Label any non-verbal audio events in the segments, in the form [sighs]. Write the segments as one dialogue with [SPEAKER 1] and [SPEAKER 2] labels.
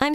[SPEAKER 1] I'm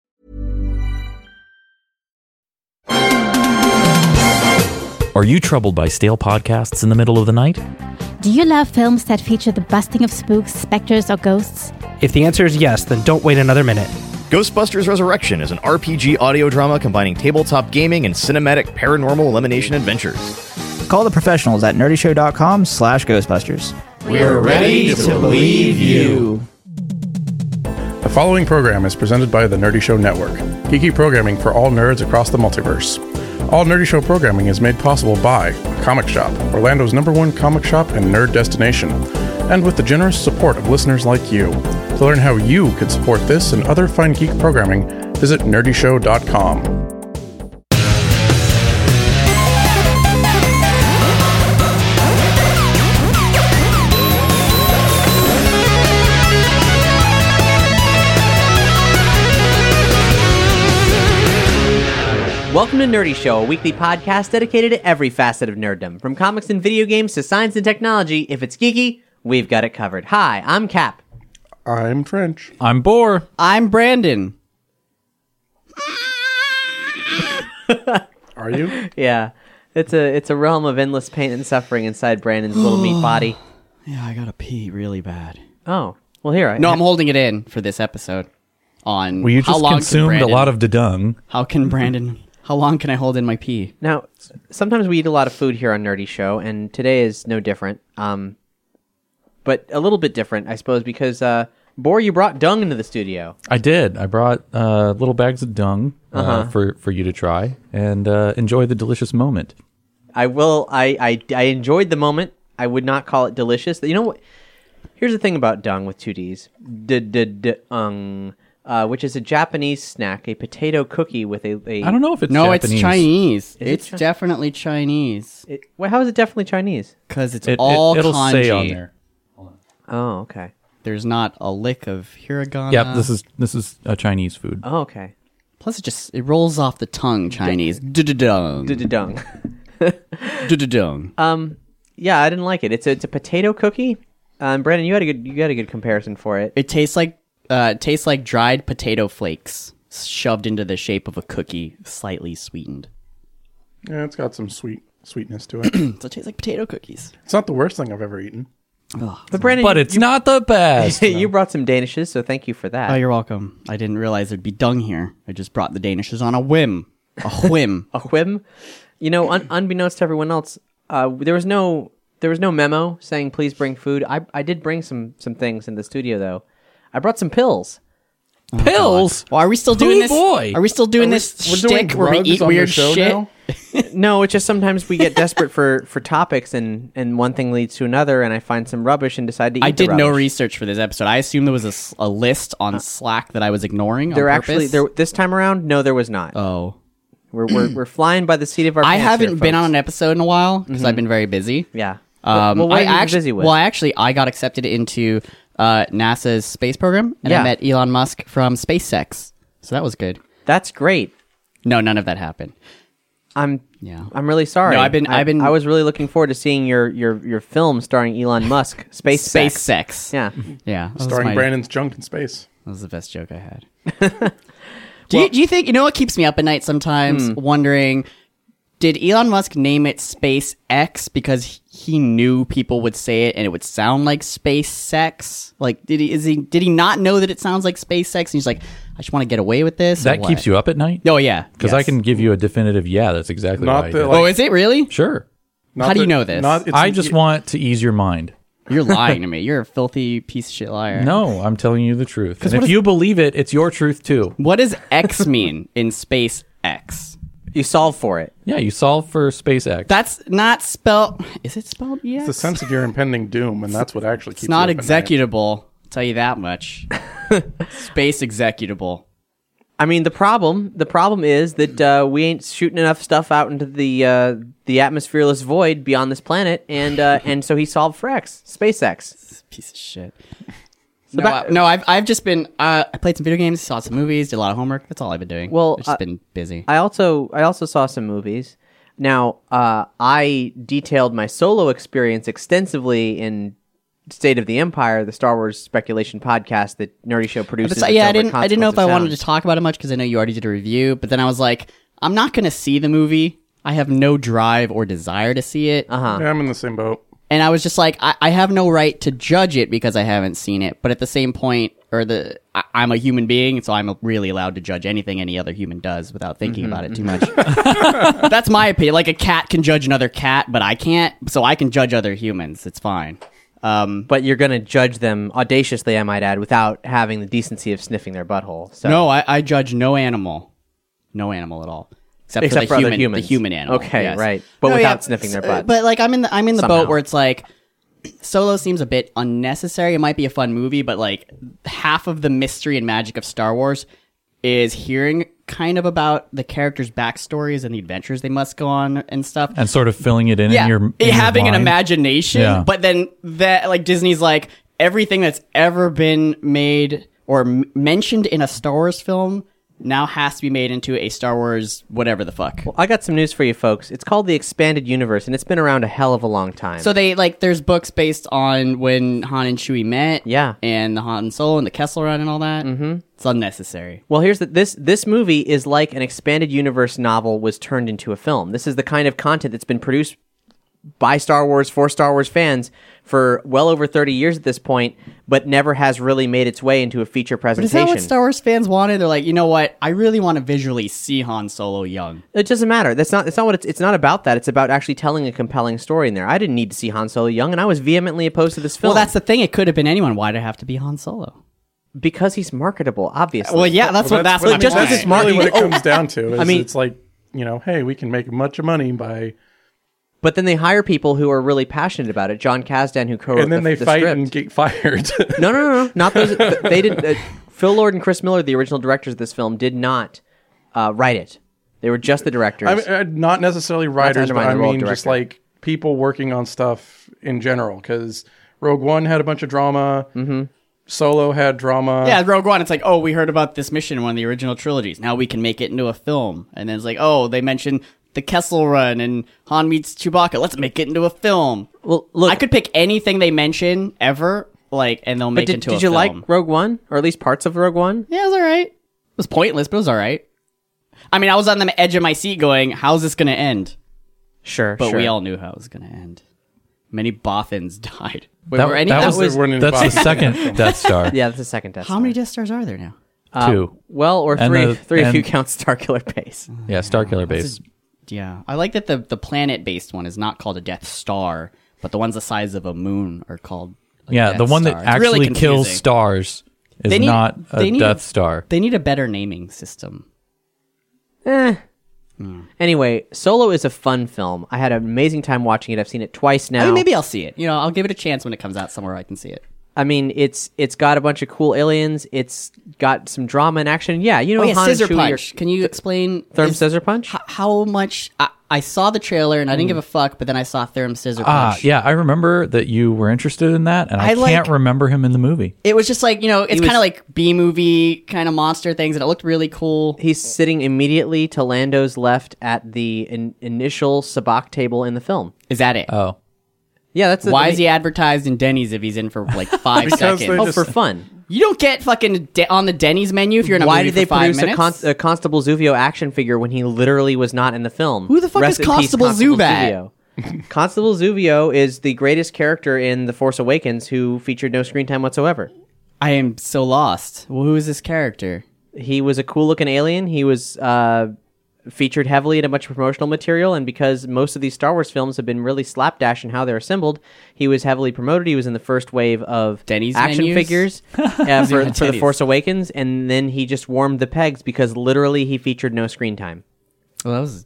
[SPEAKER 2] Are you troubled by stale podcasts in the middle of the night?
[SPEAKER 3] Do you love films that feature the busting of spooks, specters, or ghosts?
[SPEAKER 4] If the answer is yes, then don't wait another minute.
[SPEAKER 5] Ghostbusters Resurrection is an RPG audio drama combining tabletop gaming and cinematic paranormal elimination adventures.
[SPEAKER 6] Call the professionals at nerdyshow.com slash Ghostbusters.
[SPEAKER 7] We're ready to believe you.
[SPEAKER 8] The following program is presented by the Nerdy Show Network, geeky programming for all nerds across the multiverse. All Nerdy Show programming is made possible by Comic Shop, Orlando's number one comic shop and nerd destination, and with the generous support of listeners like you. To learn how you could support this and other fun geek programming, visit nerdyshow.com.
[SPEAKER 9] Welcome to Nerdy Show, a weekly podcast dedicated to every facet of nerddom, from comics and video games to science and technology. If it's geeky, we've got it covered. Hi, I'm Cap.
[SPEAKER 8] I'm Trench.
[SPEAKER 2] I'm Boar.
[SPEAKER 4] I'm Brandon.
[SPEAKER 8] Are you?
[SPEAKER 9] Yeah, it's a it's a realm of endless pain and suffering inside Brandon's little
[SPEAKER 10] [sighs]
[SPEAKER 9] meat body.
[SPEAKER 10] Yeah, I gotta pee really bad.
[SPEAKER 9] Oh, well here I
[SPEAKER 10] No, I'm holding it in for this episode. On
[SPEAKER 2] Well, you
[SPEAKER 10] how
[SPEAKER 2] just
[SPEAKER 10] long can
[SPEAKER 2] consumed a
[SPEAKER 10] Brandon-
[SPEAKER 2] lot of dedung.
[SPEAKER 10] How can Brandon? How long can I hold in my pee?
[SPEAKER 9] Now, sometimes we eat a lot of food here on Nerdy Show, and today is no different. Um, but a little bit different, I suppose, because uh, Bor, you brought dung into the studio.
[SPEAKER 2] I did. I brought uh, little bags of dung uh,
[SPEAKER 10] Uh-huh.
[SPEAKER 2] for for you to try and uh, enjoy the delicious moment.
[SPEAKER 9] I will. I, I I enjoyed the moment. I would not call it delicious. You know what? Here's the thing about dung with two D's. Dung, uh, which is a Japanese snack, a potato cookie with a. a
[SPEAKER 2] I don't know if it's
[SPEAKER 10] [laughs] No,
[SPEAKER 2] Japanese.
[SPEAKER 10] it's Chinese.
[SPEAKER 9] it
[SPEAKER 10] it's
[SPEAKER 9] Chi-
[SPEAKER 10] definitely Chinese
[SPEAKER 9] It, well, how is it definitely Chinese?
[SPEAKER 10] because it's
[SPEAKER 2] It,
[SPEAKER 10] all
[SPEAKER 2] it, it'll
[SPEAKER 10] kanji.
[SPEAKER 2] say on there.
[SPEAKER 9] Oh, okay.
[SPEAKER 10] There's not a lick of hiragana.
[SPEAKER 2] Yep, this is this is a Chinese food.
[SPEAKER 9] Oh, okay.
[SPEAKER 10] Plus, it just it rolls off the tongue. Chinese. Dung.
[SPEAKER 9] Dung. [laughs]
[SPEAKER 10] Dung.
[SPEAKER 9] Um, yeah, I didn't like it. It's a, it's a potato cookie. Um, Brandon, you had a good you had a good comparison for it.
[SPEAKER 10] It tastes like uh, it tastes like dried potato flakes shoved into the shape of a cookie, slightly sweetened.
[SPEAKER 8] Yeah, it's got some sweet sweetness to it.
[SPEAKER 10] [clears throat] So it tastes like potato cookies.
[SPEAKER 8] it's not the worst thing I've ever eaten.
[SPEAKER 9] But Brandon,
[SPEAKER 2] But it's not the best.
[SPEAKER 9] [laughs] you brought some danishes, so thank you for that.
[SPEAKER 10] Oh, you're welcome. I didn't realize there'd be dung here. I just brought the Danishes on a whim. A [laughs] whim.
[SPEAKER 9] a whim. You know, un- unbeknownst to everyone else, uh, there was no there was no memo saying please bring food. I I did bring some some things in the studio though. I brought some pills.
[SPEAKER 2] Pills.
[SPEAKER 10] Oh, well, are we still
[SPEAKER 2] Oh,
[SPEAKER 10] doing this?
[SPEAKER 2] boy.
[SPEAKER 10] Are we still doing this shtick where we
[SPEAKER 8] drugs
[SPEAKER 10] eat
[SPEAKER 8] on the
[SPEAKER 10] weird
[SPEAKER 8] show
[SPEAKER 10] shit?
[SPEAKER 8] now?
[SPEAKER 9] No, it's just sometimes we get desperate
[SPEAKER 10] [laughs]
[SPEAKER 9] for for topics and and one thing leads to another, and I find some rubbish and decide to eat.
[SPEAKER 10] I
[SPEAKER 9] the
[SPEAKER 10] did
[SPEAKER 9] rubbish.
[SPEAKER 10] no
[SPEAKER 9] Uh,
[SPEAKER 10] research for this episode. I assumed there was a, s- a list on Slack that I was ignoring. on
[SPEAKER 9] There actually
[SPEAKER 10] purpose.
[SPEAKER 9] there this time around. No, there was not.
[SPEAKER 10] Oh,
[SPEAKER 9] We're, we're we're flying by the seat of our.
[SPEAKER 10] I
[SPEAKER 9] pants
[SPEAKER 10] haven't
[SPEAKER 9] here,
[SPEAKER 10] been
[SPEAKER 9] folks.
[SPEAKER 10] on an episode in a while because I've been very busy.
[SPEAKER 9] Yeah.
[SPEAKER 10] Um,
[SPEAKER 9] well, what
[SPEAKER 10] I
[SPEAKER 9] have you been
[SPEAKER 10] actually,
[SPEAKER 9] busy with?
[SPEAKER 10] Well, I actually, I got accepted into uh, NASA's space program, and
[SPEAKER 9] Yeah.
[SPEAKER 10] I met Elon Musk from SpaceX. So that was good.
[SPEAKER 9] That's great.
[SPEAKER 10] No, none of that happened.
[SPEAKER 9] I'm
[SPEAKER 10] Yeah.
[SPEAKER 9] I'm really sorry.
[SPEAKER 10] No, I've been-
[SPEAKER 9] I,
[SPEAKER 10] I've been-
[SPEAKER 9] I was really looking forward to seeing your your your film starring Elon Musk, Space
[SPEAKER 10] Space
[SPEAKER 9] Sex.
[SPEAKER 10] sex. [laughs]
[SPEAKER 9] Yeah.
[SPEAKER 10] Yeah. that was
[SPEAKER 8] Starring
[SPEAKER 10] my-
[SPEAKER 8] Brandon's junk in space.
[SPEAKER 10] That was the best joke I
[SPEAKER 8] [laughs]
[SPEAKER 10] had. do, you, do you think, you know what keeps me up at night sometimes?
[SPEAKER 8] Hmm.
[SPEAKER 10] Wondering, did Elon Musk name it SpaceX because he- he knew people would say it and it would sound like space sex? Like, did he, is he, did he not know that it sounds like space sex? And he's like, I just want to get away with this.
[SPEAKER 2] That keeps you up at night.
[SPEAKER 10] Oh, yeah.
[SPEAKER 2] because I
[SPEAKER 10] Yes.
[SPEAKER 2] can give you a definitive. Yeah, that's exactly
[SPEAKER 8] Not
[SPEAKER 2] why I
[SPEAKER 8] the,
[SPEAKER 2] did it.
[SPEAKER 8] like-
[SPEAKER 10] oh, is it really?
[SPEAKER 2] Sure.
[SPEAKER 8] Not
[SPEAKER 10] How do you
[SPEAKER 8] that-
[SPEAKER 10] know this?
[SPEAKER 8] not- it's-
[SPEAKER 2] I just
[SPEAKER 8] y-
[SPEAKER 2] want to ease your mind. [laughs]
[SPEAKER 10] You're lying to me. You're a filthy piece of shit liar.
[SPEAKER 2] No, I'm telling you the truth. And if you believe it, it's your truth too.
[SPEAKER 10] What does X mean in space X?
[SPEAKER 9] You solve for it.
[SPEAKER 2] Yeah, you solve for SpaceX.
[SPEAKER 10] That's not spelled. Is it spelled EX?
[SPEAKER 8] It's the sense of your impending doom, and that's what actually keeps
[SPEAKER 10] It's not
[SPEAKER 8] you up at night.
[SPEAKER 10] [laughs] executable. I'll tell you that much. Space executable.
[SPEAKER 9] I mean, the problem the problem is that uh, we ain't shooting enough stuff out into the uh, the atmosphereless void beyond this planet, and uh, and so he solved for X, SpaceX.
[SPEAKER 10] Piece of shit. No, I, no, I've I've just been uh, I played some video games, saw some movies, did a lot of homework. That's all I've been doing.
[SPEAKER 9] Well,
[SPEAKER 10] I've just
[SPEAKER 9] uh,
[SPEAKER 10] been busy.
[SPEAKER 9] I also I also saw some movies. Now, uh, I detailed my solo experience extensively in State of the Empire, the Star Wars speculation podcast that Nerdy Show produces.
[SPEAKER 10] But so-
[SPEAKER 9] that's
[SPEAKER 10] yeah, I
[SPEAKER 9] over at
[SPEAKER 10] didn't I didn't know if I
[SPEAKER 9] Consequence of
[SPEAKER 10] wanted to
[SPEAKER 9] Sound.
[SPEAKER 10] talk about it much because I know you already did a review. But then I was like, I'm not gonna see the movie. I have no drive or desire to see it. Uh huh.
[SPEAKER 8] Yeah, I'm in the same boat.
[SPEAKER 10] And I was just like, I, I have no right to judge it because I haven't seen it. But at the same point, or the I, I'm a human being, so I'm really allowed to judge anything any other human does without thinking about it too much.
[SPEAKER 8] Mm-hmm.
[SPEAKER 10] [laughs] That's my opinion. Like a cat can judge another cat, but I can't. So I can judge other humans. It's fine. Um,
[SPEAKER 9] but you're gonna judge them audaciously, I might add, without having the decency of sniffing their butthole. So
[SPEAKER 10] No, I, I judge no animal, no animal at all, except,
[SPEAKER 9] Except
[SPEAKER 10] for,
[SPEAKER 9] for
[SPEAKER 10] the
[SPEAKER 9] other
[SPEAKER 10] human,
[SPEAKER 9] humans.
[SPEAKER 10] the human animal.
[SPEAKER 9] Okay,
[SPEAKER 10] yes.
[SPEAKER 9] right. But
[SPEAKER 10] No,
[SPEAKER 9] without
[SPEAKER 10] yeah,
[SPEAKER 9] sniffing their
[SPEAKER 10] s-
[SPEAKER 9] butt.
[SPEAKER 10] But like I'm in the I'm in the
[SPEAKER 9] Somehow.
[SPEAKER 10] boat where it's like Solo seems a bit unnecessary. It might be a fun movie, but like half of the mystery and magic of Star Wars is hearing kind of about the characters' backstories and the adventures they must go on and stuff
[SPEAKER 2] and sort of filling it in. in your, in your
[SPEAKER 10] having an
[SPEAKER 2] mind.
[SPEAKER 10] imagination
[SPEAKER 2] Yeah.
[SPEAKER 10] but then that like disney's like everything that's ever been made or m- mentioned in a star wars film now has to be made into a star wars whatever the fuck
[SPEAKER 9] I got some news for you folks. It's called the expanded universe, and it's been around a hell of a long time.
[SPEAKER 10] so they like there's books based on when han and chewie met
[SPEAKER 9] Yeah.
[SPEAKER 10] and the han and solo and the kessel run and all that mm-hmm. it's unnecessary
[SPEAKER 9] Well, here's the, this this movie is like an expanded universe novel was turned into a film. This is the kind of content that's been produced by Star Wars for Star Wars fans for well over 30 years at this point, but never has really made its way into a feature
[SPEAKER 10] but is
[SPEAKER 9] presentation.
[SPEAKER 10] that what Star Wars fans wanted? They're like, you know what? I really want to visually see Han Solo young.
[SPEAKER 9] it doesn't matter. That's not. That's not what it's. It's not about that. It's about actually telling a compelling story in there. I didn't need to see Han Solo young, and I was vehemently opposed to this film.
[SPEAKER 10] Well, that's the thing. It could have been anyone. Why'd it have to be Han Solo?
[SPEAKER 9] because he's marketable, obviously.
[SPEAKER 10] Well, yeah, that's what that's,
[SPEAKER 8] really-
[SPEAKER 10] my
[SPEAKER 8] that's
[SPEAKER 10] point.
[SPEAKER 8] really what it
[SPEAKER 10] [laughs]
[SPEAKER 8] comes down to. Is
[SPEAKER 9] I mean-
[SPEAKER 8] it's like you know, hey, we can make a bunch of money by,
[SPEAKER 9] But then they hire people who are really passionate about it. John Kasdan, who co-wrote
[SPEAKER 8] and then
[SPEAKER 9] the,
[SPEAKER 8] they
[SPEAKER 9] the
[SPEAKER 8] fight
[SPEAKER 9] script.
[SPEAKER 8] and get [laughs]
[SPEAKER 10] [laughs]
[SPEAKER 8] fired.
[SPEAKER 9] No, no, no, no, not
[SPEAKER 8] [laughs]
[SPEAKER 9] those. th- they did. Uh, Phil Lord and Chris Miller, the original directors of this film, did not uh, write it. They were just the directors.
[SPEAKER 8] I mean, uh, not necessarily writers, but
[SPEAKER 9] undermine
[SPEAKER 8] I
[SPEAKER 9] the role of
[SPEAKER 8] mean just
[SPEAKER 9] director.
[SPEAKER 8] like people working on stuff in general. Because Rogue One had a bunch of drama.
[SPEAKER 10] Mm-hmm.
[SPEAKER 8] Solo had drama.
[SPEAKER 10] Yeah, Rogue One. It's like, oh, we heard about this mission in one of the original trilogies. Now we can make it into a film. And then it's like, oh, they mentioned the Kessel Run and Han meets Chewbacca. Let's make it into a film.
[SPEAKER 9] well, look,
[SPEAKER 10] I could pick anything they mention ever, like, and they'll
[SPEAKER 9] but
[SPEAKER 10] make it
[SPEAKER 9] did,
[SPEAKER 10] into
[SPEAKER 9] did
[SPEAKER 10] a
[SPEAKER 9] you
[SPEAKER 10] film.
[SPEAKER 9] like Rogue One, or at least parts of Rogue One?
[SPEAKER 10] Yeah, it was all right. It was pointless, but it was all right. I mean, I was on the edge of my seat, going, "How's this going to end?"
[SPEAKER 9] Sure,
[SPEAKER 10] But
[SPEAKER 9] sure.
[SPEAKER 10] we all knew how it was going to end. Many Boffins [laughs] died. Wait,
[SPEAKER 2] That,
[SPEAKER 10] were any?
[SPEAKER 2] that
[SPEAKER 9] that
[SPEAKER 2] was,
[SPEAKER 9] was-
[SPEAKER 8] We're in
[SPEAKER 2] that's the
[SPEAKER 8] Boston.
[SPEAKER 10] [laughs]
[SPEAKER 2] second Death Star.
[SPEAKER 9] [laughs] yeah, that's the second test.
[SPEAKER 10] how many Death Stars are there now?
[SPEAKER 2] Two.
[SPEAKER 10] Um,
[SPEAKER 9] Well, or
[SPEAKER 2] And
[SPEAKER 9] three.
[SPEAKER 2] the-
[SPEAKER 9] three if
[SPEAKER 2] and-
[SPEAKER 9] you count Starkiller Base.
[SPEAKER 2] Yeah, Star Killer Base.
[SPEAKER 10] Yeah, I like that the the planet based one is not called a Death Star, but the ones the size of a moon are called. a
[SPEAKER 2] yeah,
[SPEAKER 10] Death
[SPEAKER 2] the one
[SPEAKER 10] Star.
[SPEAKER 2] that
[SPEAKER 10] It's really
[SPEAKER 2] actually kills
[SPEAKER 10] confusing.
[SPEAKER 2] stars is
[SPEAKER 10] They need-
[SPEAKER 2] not a
[SPEAKER 10] they need-
[SPEAKER 2] Death Star.
[SPEAKER 10] They need a better naming system.
[SPEAKER 9] Eh. Anyway, Solo is a fun film. I had an amazing time watching it. I've seen it twice now.
[SPEAKER 10] I mean, maybe I'll see it. You know, I'll give it a chance when it comes out somewhere I can see it.
[SPEAKER 9] I mean, it's it's got a bunch of cool aliens. It's got some drama and action. Yeah, you know,
[SPEAKER 10] Oh, yeah,
[SPEAKER 9] Han and
[SPEAKER 10] scissor
[SPEAKER 9] Chewie are-
[SPEAKER 10] punch. Can you explain
[SPEAKER 9] Therm
[SPEAKER 10] is-
[SPEAKER 9] scissor punch?
[SPEAKER 10] h- how much? I, I saw the trailer and I didn't give a fuck, but then I saw Therm scissor
[SPEAKER 2] Mm. Ah,
[SPEAKER 10] punch.
[SPEAKER 2] yeah, I remember that you were interested in that, and I,
[SPEAKER 10] Oh, I like-
[SPEAKER 2] can't remember him in the movie.
[SPEAKER 10] It was just like you know, it's
[SPEAKER 9] was-
[SPEAKER 10] kind of like B movie kind of monster things, and it looked really cool.
[SPEAKER 9] he's sitting immediately to Lando's left at the in- initial sabacc table in the film.
[SPEAKER 10] Is that it?
[SPEAKER 2] Oh,
[SPEAKER 9] Yeah, that's the,
[SPEAKER 10] Why
[SPEAKER 9] I
[SPEAKER 10] is he advertised in Denny's if he's in for
[SPEAKER 8] [laughs]
[SPEAKER 10] like five
[SPEAKER 8] Because they
[SPEAKER 10] seconds?
[SPEAKER 9] Oh,
[SPEAKER 8] just-
[SPEAKER 9] for fun.
[SPEAKER 10] You don't get fucking de- on the Denny's menu if you're in a
[SPEAKER 9] Why
[SPEAKER 10] movie
[SPEAKER 9] did they
[SPEAKER 10] for five
[SPEAKER 9] produce a,
[SPEAKER 10] minutes.
[SPEAKER 9] con- a Constable Zuvio action figure when he literally was not in the film?
[SPEAKER 10] Who the fuck
[SPEAKER 9] Rest
[SPEAKER 10] is
[SPEAKER 9] in peace,
[SPEAKER 10] Constable Zubat?
[SPEAKER 9] Zuvio. Constable Zuvio is the greatest character in The Force Awakens who featured no screen time whatsoever.
[SPEAKER 10] I am so lost. Well, who is this character?
[SPEAKER 9] He was a cool looking alien. He was uh, featured heavily in a bunch of promotional material, and because most of these Star Wars films have been really slapdash in how they're assembled, he was heavily promoted. He was in the first wave of
[SPEAKER 10] Denny's
[SPEAKER 9] action
[SPEAKER 10] menus?
[SPEAKER 9] figures
[SPEAKER 10] [laughs]
[SPEAKER 9] uh, for, for The
[SPEAKER 10] Denny's.
[SPEAKER 9] Force Awakens, and then he just warmed the pegs because literally he featured no screen time.
[SPEAKER 10] Well, that was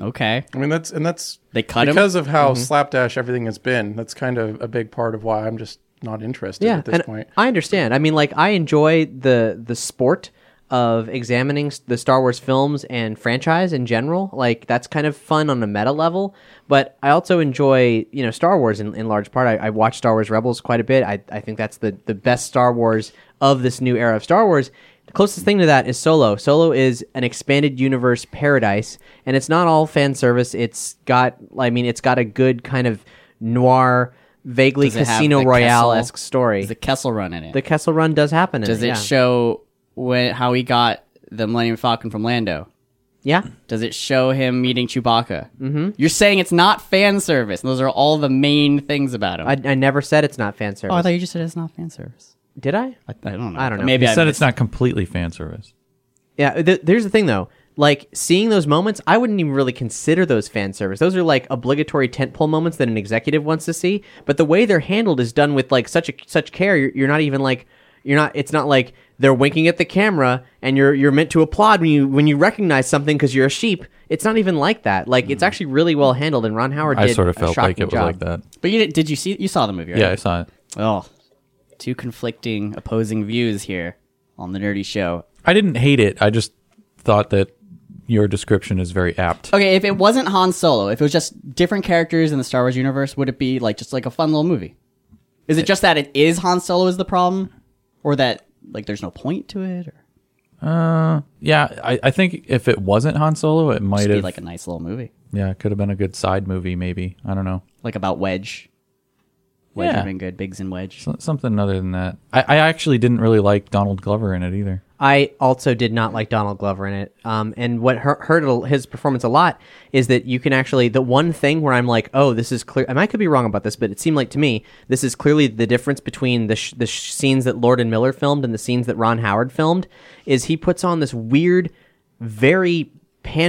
[SPEAKER 10] okay.
[SPEAKER 8] I mean, that's and that's
[SPEAKER 10] They cut him?
[SPEAKER 8] because of how
[SPEAKER 9] Mm-hmm.
[SPEAKER 8] slapdash everything has been. That's kind of a big part of why I'm just not interested
[SPEAKER 9] Yeah,
[SPEAKER 8] at this
[SPEAKER 9] and
[SPEAKER 8] point.
[SPEAKER 9] I understand. I mean, like I enjoy the the sport of examining s- the Star Wars films and franchise in general. Like that's kind of fun on a meta level. But I also enjoy, you know, Star Wars in, in large part. I, I watch Star Wars Rebels quite a bit. I, I think that's the, the best Star Wars of this new era of Star Wars. The closest thing to that is Solo. Solo is an expanded universe paradise, and it's not all fan service. It's got, I mean, it's got a good kind of noir, vaguely
[SPEAKER 10] Does it have
[SPEAKER 9] Casino
[SPEAKER 10] the
[SPEAKER 9] Royale esque story.
[SPEAKER 10] Is the Kessel Run in it?
[SPEAKER 9] The Kessel Run does happen. In
[SPEAKER 10] Does it
[SPEAKER 9] yeah.
[SPEAKER 10] show when how he got the Millennium Falcon from Lando?
[SPEAKER 9] Yeah.
[SPEAKER 10] Does it show him meeting Chewbacca? Mm-hmm. You're saying it's not fan service. and Those are all the main things about him.
[SPEAKER 9] I, I never said it's not fan service.
[SPEAKER 10] oh, I thought you just said it's not fan service.
[SPEAKER 9] Did I?
[SPEAKER 10] I, I don't know.
[SPEAKER 9] I don't know.
[SPEAKER 10] Maybe
[SPEAKER 2] you
[SPEAKER 10] I
[SPEAKER 2] said
[SPEAKER 10] missed
[SPEAKER 2] it's not completely fan service.
[SPEAKER 9] Yeah, th- there's the thing though. Like seeing those moments, I wouldn't even really consider those fan service. Those are like obligatory tentpole moments that an executive wants to see. But the way they're handled is done with like such a such care. You're, you're not even like you're not. It's not like they're winking at the camera and you're you're meant to applaud when you when you recognize something because you're a sheep. It's not even like that. Like
[SPEAKER 10] Hmm.
[SPEAKER 9] it's actually really well handled. And Ron Howard.
[SPEAKER 2] I
[SPEAKER 9] did
[SPEAKER 2] sort of
[SPEAKER 9] a
[SPEAKER 2] felt like
[SPEAKER 9] shocking
[SPEAKER 2] it was
[SPEAKER 9] job.
[SPEAKER 2] like that.
[SPEAKER 10] But you did, did you see you saw the movie? Right?
[SPEAKER 2] Yeah, I saw it.
[SPEAKER 10] Oh, two conflicting, opposing views here on the Nerdy Show.
[SPEAKER 2] I didn't hate it. I just thought that your description is very apt.
[SPEAKER 10] Okay, if it wasn't Han Solo, if it was just different characters in the Star Wars universe, would it be like just like a fun little movie? Is it just that it is Han Solo is the problem, or that like there's no point to it, or
[SPEAKER 2] Uh, yeah, I, I think if it wasn't Han Solo, it might
[SPEAKER 10] just
[SPEAKER 2] have
[SPEAKER 10] be like a nice little movie,
[SPEAKER 2] yeah, it could have been a good side movie. Maybe I don't know.
[SPEAKER 10] like about Wedge? Wedge would
[SPEAKER 2] Yeah.
[SPEAKER 10] have been good. Biggs and Wedge.
[SPEAKER 2] So- something other than that. I, I actually didn't really like Donald Glover in it either.
[SPEAKER 9] I also did not like Donald Glover in it. Um, and what hurt, hurt a- his performance a lot is that you can actually the one thing where I'm like, oh, this is clear. And I could be wrong about this, but it seemed like to me this is clearly the difference between the sh- the sh- scenes that Lord and Miller filmed and the scenes that Ron Howard filmed. Is he puts on this weird, very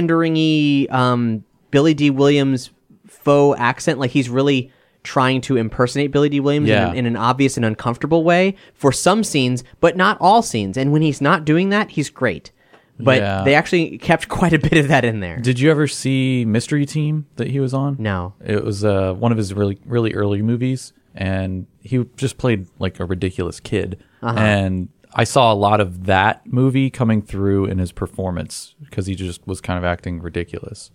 [SPEAKER 9] pandering-y um, Billy D. Williams faux accent, like he's really trying to impersonate Billy D. Williams in,
[SPEAKER 2] Yeah.
[SPEAKER 9] an, in an obvious and uncomfortable way for some scenes, but not all scenes. And when he's not doing that, he's great. But
[SPEAKER 2] Yeah.
[SPEAKER 9] they actually kept quite a bit of that in there.
[SPEAKER 2] Did you ever see Mystery Team that he was on?
[SPEAKER 9] No.
[SPEAKER 2] It was uh, one of his really really early movies, and he just played like a ridiculous kid.
[SPEAKER 9] Uh-huh.
[SPEAKER 2] And I saw a lot of that movie coming through in his performance because he just was kind of acting ridiculous.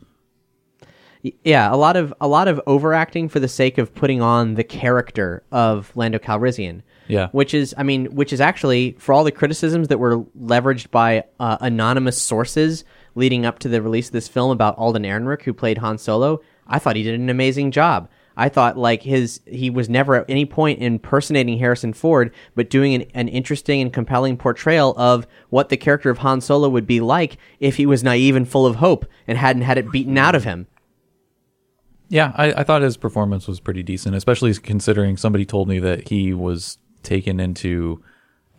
[SPEAKER 9] Y- Yeah, a lot of a lot of overacting for the sake of putting on the character of Lando Calrissian.
[SPEAKER 2] Yeah.
[SPEAKER 9] which is I mean, which is actually for all the criticisms that were leveraged by uh, anonymous sources leading up to the release of this film about Alden Ehrenreich, who played Han Solo. I thought he did an amazing job. I thought like his he was never at any point impersonating Harrison Ford, but doing an, an interesting and compelling portrayal of what the character of Han Solo would be like if he was naive and full of hope and hadn't had it beaten out of him.
[SPEAKER 2] Yeah, I, I thought his performance was pretty decent, especially considering somebody told me that he was taken into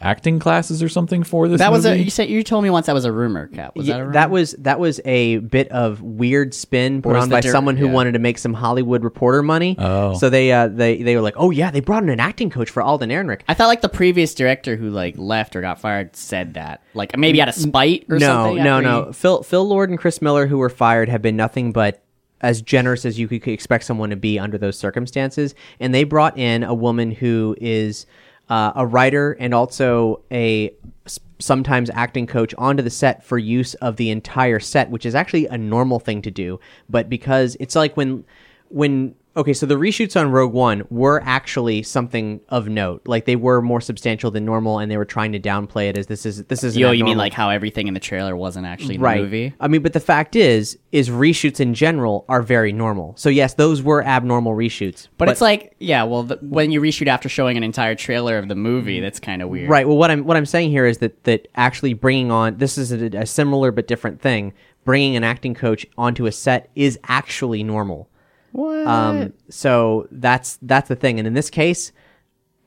[SPEAKER 2] acting classes or something for this.
[SPEAKER 10] That was a
[SPEAKER 2] movie.
[SPEAKER 10] you said you told me once that was a rumor, Cap. Was
[SPEAKER 9] Yeah,
[SPEAKER 10] that a rumor?
[SPEAKER 9] was that was a bit of weird spin put
[SPEAKER 10] Or is
[SPEAKER 9] on
[SPEAKER 10] the
[SPEAKER 9] by
[SPEAKER 10] dir-
[SPEAKER 9] someone who
[SPEAKER 10] yeah.
[SPEAKER 9] wanted to make some Hollywood reporter money.
[SPEAKER 10] Oh.
[SPEAKER 9] so they uh, they they were like, oh yeah, they brought in an acting coach for Alden Ehrenreich.
[SPEAKER 10] I thought like the previous director who like left or got fired said that like maybe out of spite or
[SPEAKER 9] no,
[SPEAKER 10] something.
[SPEAKER 9] no,
[SPEAKER 10] after
[SPEAKER 9] no.
[SPEAKER 10] he-
[SPEAKER 9] Phil Phil Lord and Chris Miller, who were fired, have been nothing but as generous as you could expect someone to be under those circumstances. And they brought in a woman who is uh, a writer and also a s- sometimes acting coach onto the set for use of the entire set, which is actually a normal thing to do. But because it's like when when okay so the reshoots on rogue one were actually something of note like they were more substantial than normal and they were trying to downplay it as this is this is
[SPEAKER 10] Yo, you mean like how everything in the trailer wasn't actually in the movie?
[SPEAKER 9] I mean, but the fact is, is reshoots in general are very normal. So yes, those were abnormal reshoots.
[SPEAKER 10] But, it's like, yeah, well, the, when you reshoot after showing an entire trailer of the movie, that's kind of weird.
[SPEAKER 9] right. Well, what I'm what I'm saying here is that that actually bringing on this is a, a similar but different thing. Bringing an acting coach onto a set is actually normal.
[SPEAKER 10] What?
[SPEAKER 9] Um, so that's that's the thing. And in this case,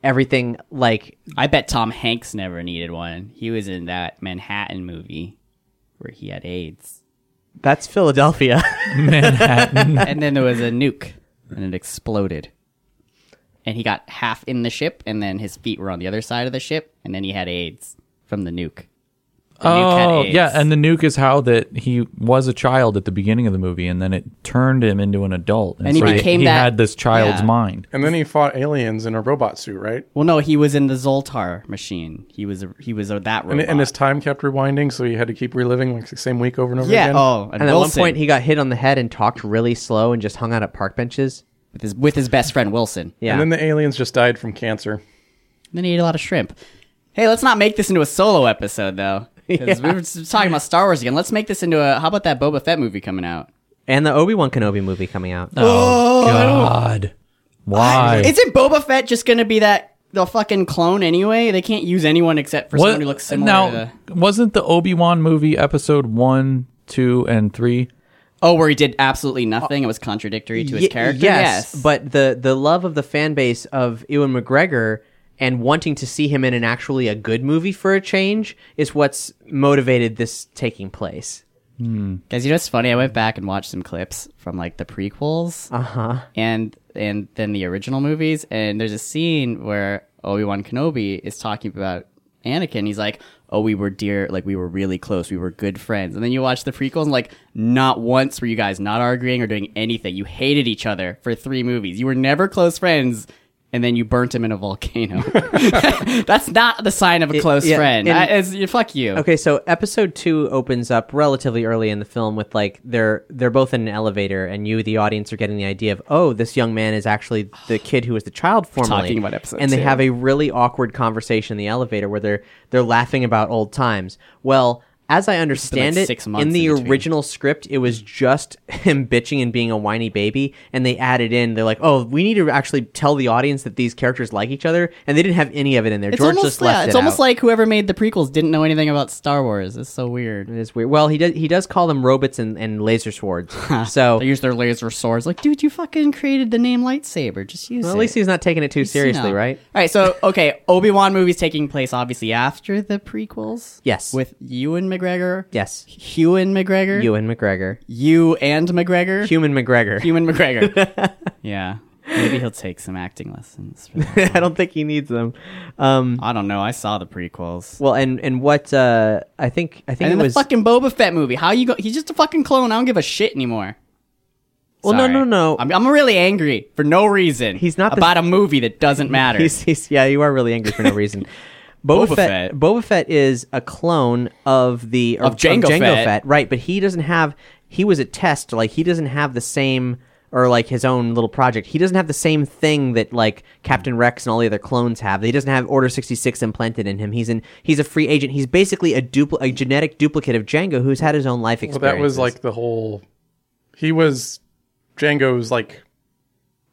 [SPEAKER 9] everything like
[SPEAKER 10] I bet Tom Hanks never needed one. He was in that Manhattan movie where he had AIDS.
[SPEAKER 9] that's Philadelphia. [laughs]
[SPEAKER 10] Manhattan. and then there was a nuke and it exploded. And he got half in the ship, and then his feet were on the other side of the ship, and then he had AIDS from the nuke.
[SPEAKER 9] The nuke had
[SPEAKER 2] oh,
[SPEAKER 9] AIDS.
[SPEAKER 2] yeah, and the nuke is how that he was a child at the beginning of the movie, and then it turned him into an adult,
[SPEAKER 10] And he
[SPEAKER 2] so
[SPEAKER 10] became
[SPEAKER 2] he
[SPEAKER 10] that-
[SPEAKER 2] had this child's
[SPEAKER 10] yeah.
[SPEAKER 2] mind.
[SPEAKER 8] And then he fought aliens in a robot suit, right?
[SPEAKER 10] Well, no, he was in the Zoltar machine. He was a, he was a, that
[SPEAKER 8] And,
[SPEAKER 10] robot.
[SPEAKER 8] and his time kept rewinding, so he had to keep reliving like the same week over and over
[SPEAKER 10] Yeah,
[SPEAKER 8] again.
[SPEAKER 10] oh,
[SPEAKER 9] And at one point, he got hit on the head and talked really slow and just hung out at park benches
[SPEAKER 10] with his with his best friend Wilson.
[SPEAKER 9] Yeah.
[SPEAKER 8] And then the aliens just died from cancer.
[SPEAKER 10] Then he ate a lot of shrimp. Hey, let's not make this into a solo
[SPEAKER 9] [laughs]
[SPEAKER 10] episode though, because we were just talking about Star Wars again. Let's make this into a. How about that Boba Fett movie coming out?
[SPEAKER 9] and the Obi Wan Kenobi movie coming out.
[SPEAKER 2] Oh, God. Why?
[SPEAKER 10] Isn't Boba Fett just gonna be that the fucking clone anyway? They can't use anyone except for
[SPEAKER 2] What-
[SPEAKER 10] someone who looks similar.
[SPEAKER 2] now,
[SPEAKER 10] to...
[SPEAKER 2] wasn't the Obi Wan movie episode one, two, and three?
[SPEAKER 10] Oh, where he did absolutely nothing. It was contradictory to his
[SPEAKER 9] Ye-
[SPEAKER 10] character.
[SPEAKER 9] Yes, but the the love of the fan base of Ewan McGregor and wanting to see him in an actually a good movie for a change is what's motivated this taking place.
[SPEAKER 10] Guys, you know what's funny? I went back and watched some clips from like the prequels,
[SPEAKER 9] Uh-huh.
[SPEAKER 10] and and then the original movies. And there's a scene where Obi Wan Kenobi is talking about Anakin. He's like, "Oh, we were dear, like we were really close. We were good friends." And then you watch the prequels, and like not once were you guys not arguing or doing anything. You hated each other for three movies. You were never close friends. And then you burnt him in
[SPEAKER 9] [laughs]
[SPEAKER 10] a volcano. [laughs] That's not the sign of a close
[SPEAKER 9] yeah,
[SPEAKER 10] friend.
[SPEAKER 9] and-
[SPEAKER 10] I, it's- fuck you.
[SPEAKER 9] Okay, so episode two opens up relatively early in the film with like they're they're both in an elevator, and you, the audience, are getting the idea of oh, this young man is actually the kid who was the child formerly.
[SPEAKER 10] talking about episode
[SPEAKER 9] and they
[SPEAKER 10] two.
[SPEAKER 9] have a really awkward conversation in the elevator where they're they're laughing about old times. Well, as I understand
[SPEAKER 10] like
[SPEAKER 9] it,
[SPEAKER 10] six months
[SPEAKER 9] in the
[SPEAKER 10] in between.
[SPEAKER 9] original script, it was just [laughs] him bitching and being a whiny baby, and they added in they're like, oh, we need to actually tell the audience that these characters like each other, and they didn't have any of it in there.
[SPEAKER 10] It's
[SPEAKER 9] George
[SPEAKER 10] almost,
[SPEAKER 9] just left
[SPEAKER 10] yeah,
[SPEAKER 9] it
[SPEAKER 10] it's almost
[SPEAKER 9] out.
[SPEAKER 10] like whoever made the prequels didn't know anything about Star Wars. It's so weird.
[SPEAKER 9] It is weird. Well, he does he does call them robots and, and laser swords.
[SPEAKER 10] [laughs]
[SPEAKER 9] so
[SPEAKER 10] They use their laser swords. Like, dude, you fucking created the name lightsaber. Just use
[SPEAKER 9] well,
[SPEAKER 10] it.
[SPEAKER 9] at least he's not taking it too
[SPEAKER 10] Just, you
[SPEAKER 9] seriously,
[SPEAKER 10] know.
[SPEAKER 9] right?
[SPEAKER 10] All right. So, okay, Obi Wan movies taking place obviously after the prequels.
[SPEAKER 9] Yes.
[SPEAKER 10] With Ewan McGregor.
[SPEAKER 9] Yes.
[SPEAKER 10] Ewan McGregor.
[SPEAKER 9] Ewan McGregor,
[SPEAKER 10] You and McGregor.
[SPEAKER 9] human McGregor.
[SPEAKER 10] Human McGregor. yeah. Maybe he'll take some acting lessons. For
[SPEAKER 9] [laughs] [laughs]
[SPEAKER 10] that.
[SPEAKER 9] I don't think he needs them. Um,
[SPEAKER 10] I don't know. I saw the prequels.
[SPEAKER 9] well, and and what uh, I think I think
[SPEAKER 10] And then
[SPEAKER 9] it was
[SPEAKER 10] the fucking Boba Fett movie. How you go? He's just a fucking clone. I don't give a shit anymore.
[SPEAKER 9] well, no,
[SPEAKER 10] Sorry.
[SPEAKER 9] no, no.
[SPEAKER 10] I'm, I'm really angry for no reason.
[SPEAKER 9] He's not the-
[SPEAKER 10] about a movie that doesn't matter.
[SPEAKER 9] He's- he's- yeah, you are really angry for no reason. Boba,
[SPEAKER 10] [laughs] Boba
[SPEAKER 9] Fett,
[SPEAKER 10] Fett.
[SPEAKER 9] Boba Fett is a clone of the
[SPEAKER 10] Of Jango Fett.
[SPEAKER 9] right? But he doesn't have. He was a test. Like he doesn't have the same or like his own little project. He doesn't have the same thing that like Captain Rex and all the other clones have. He doesn't have Order sixty six implanted in him. He's in. He's a free agent. He's basically a dupl- a genetic duplicate of Jango, who's had his own life
[SPEAKER 8] Well,
[SPEAKER 9] experience.
[SPEAKER 8] that was like the whole. He was Django's like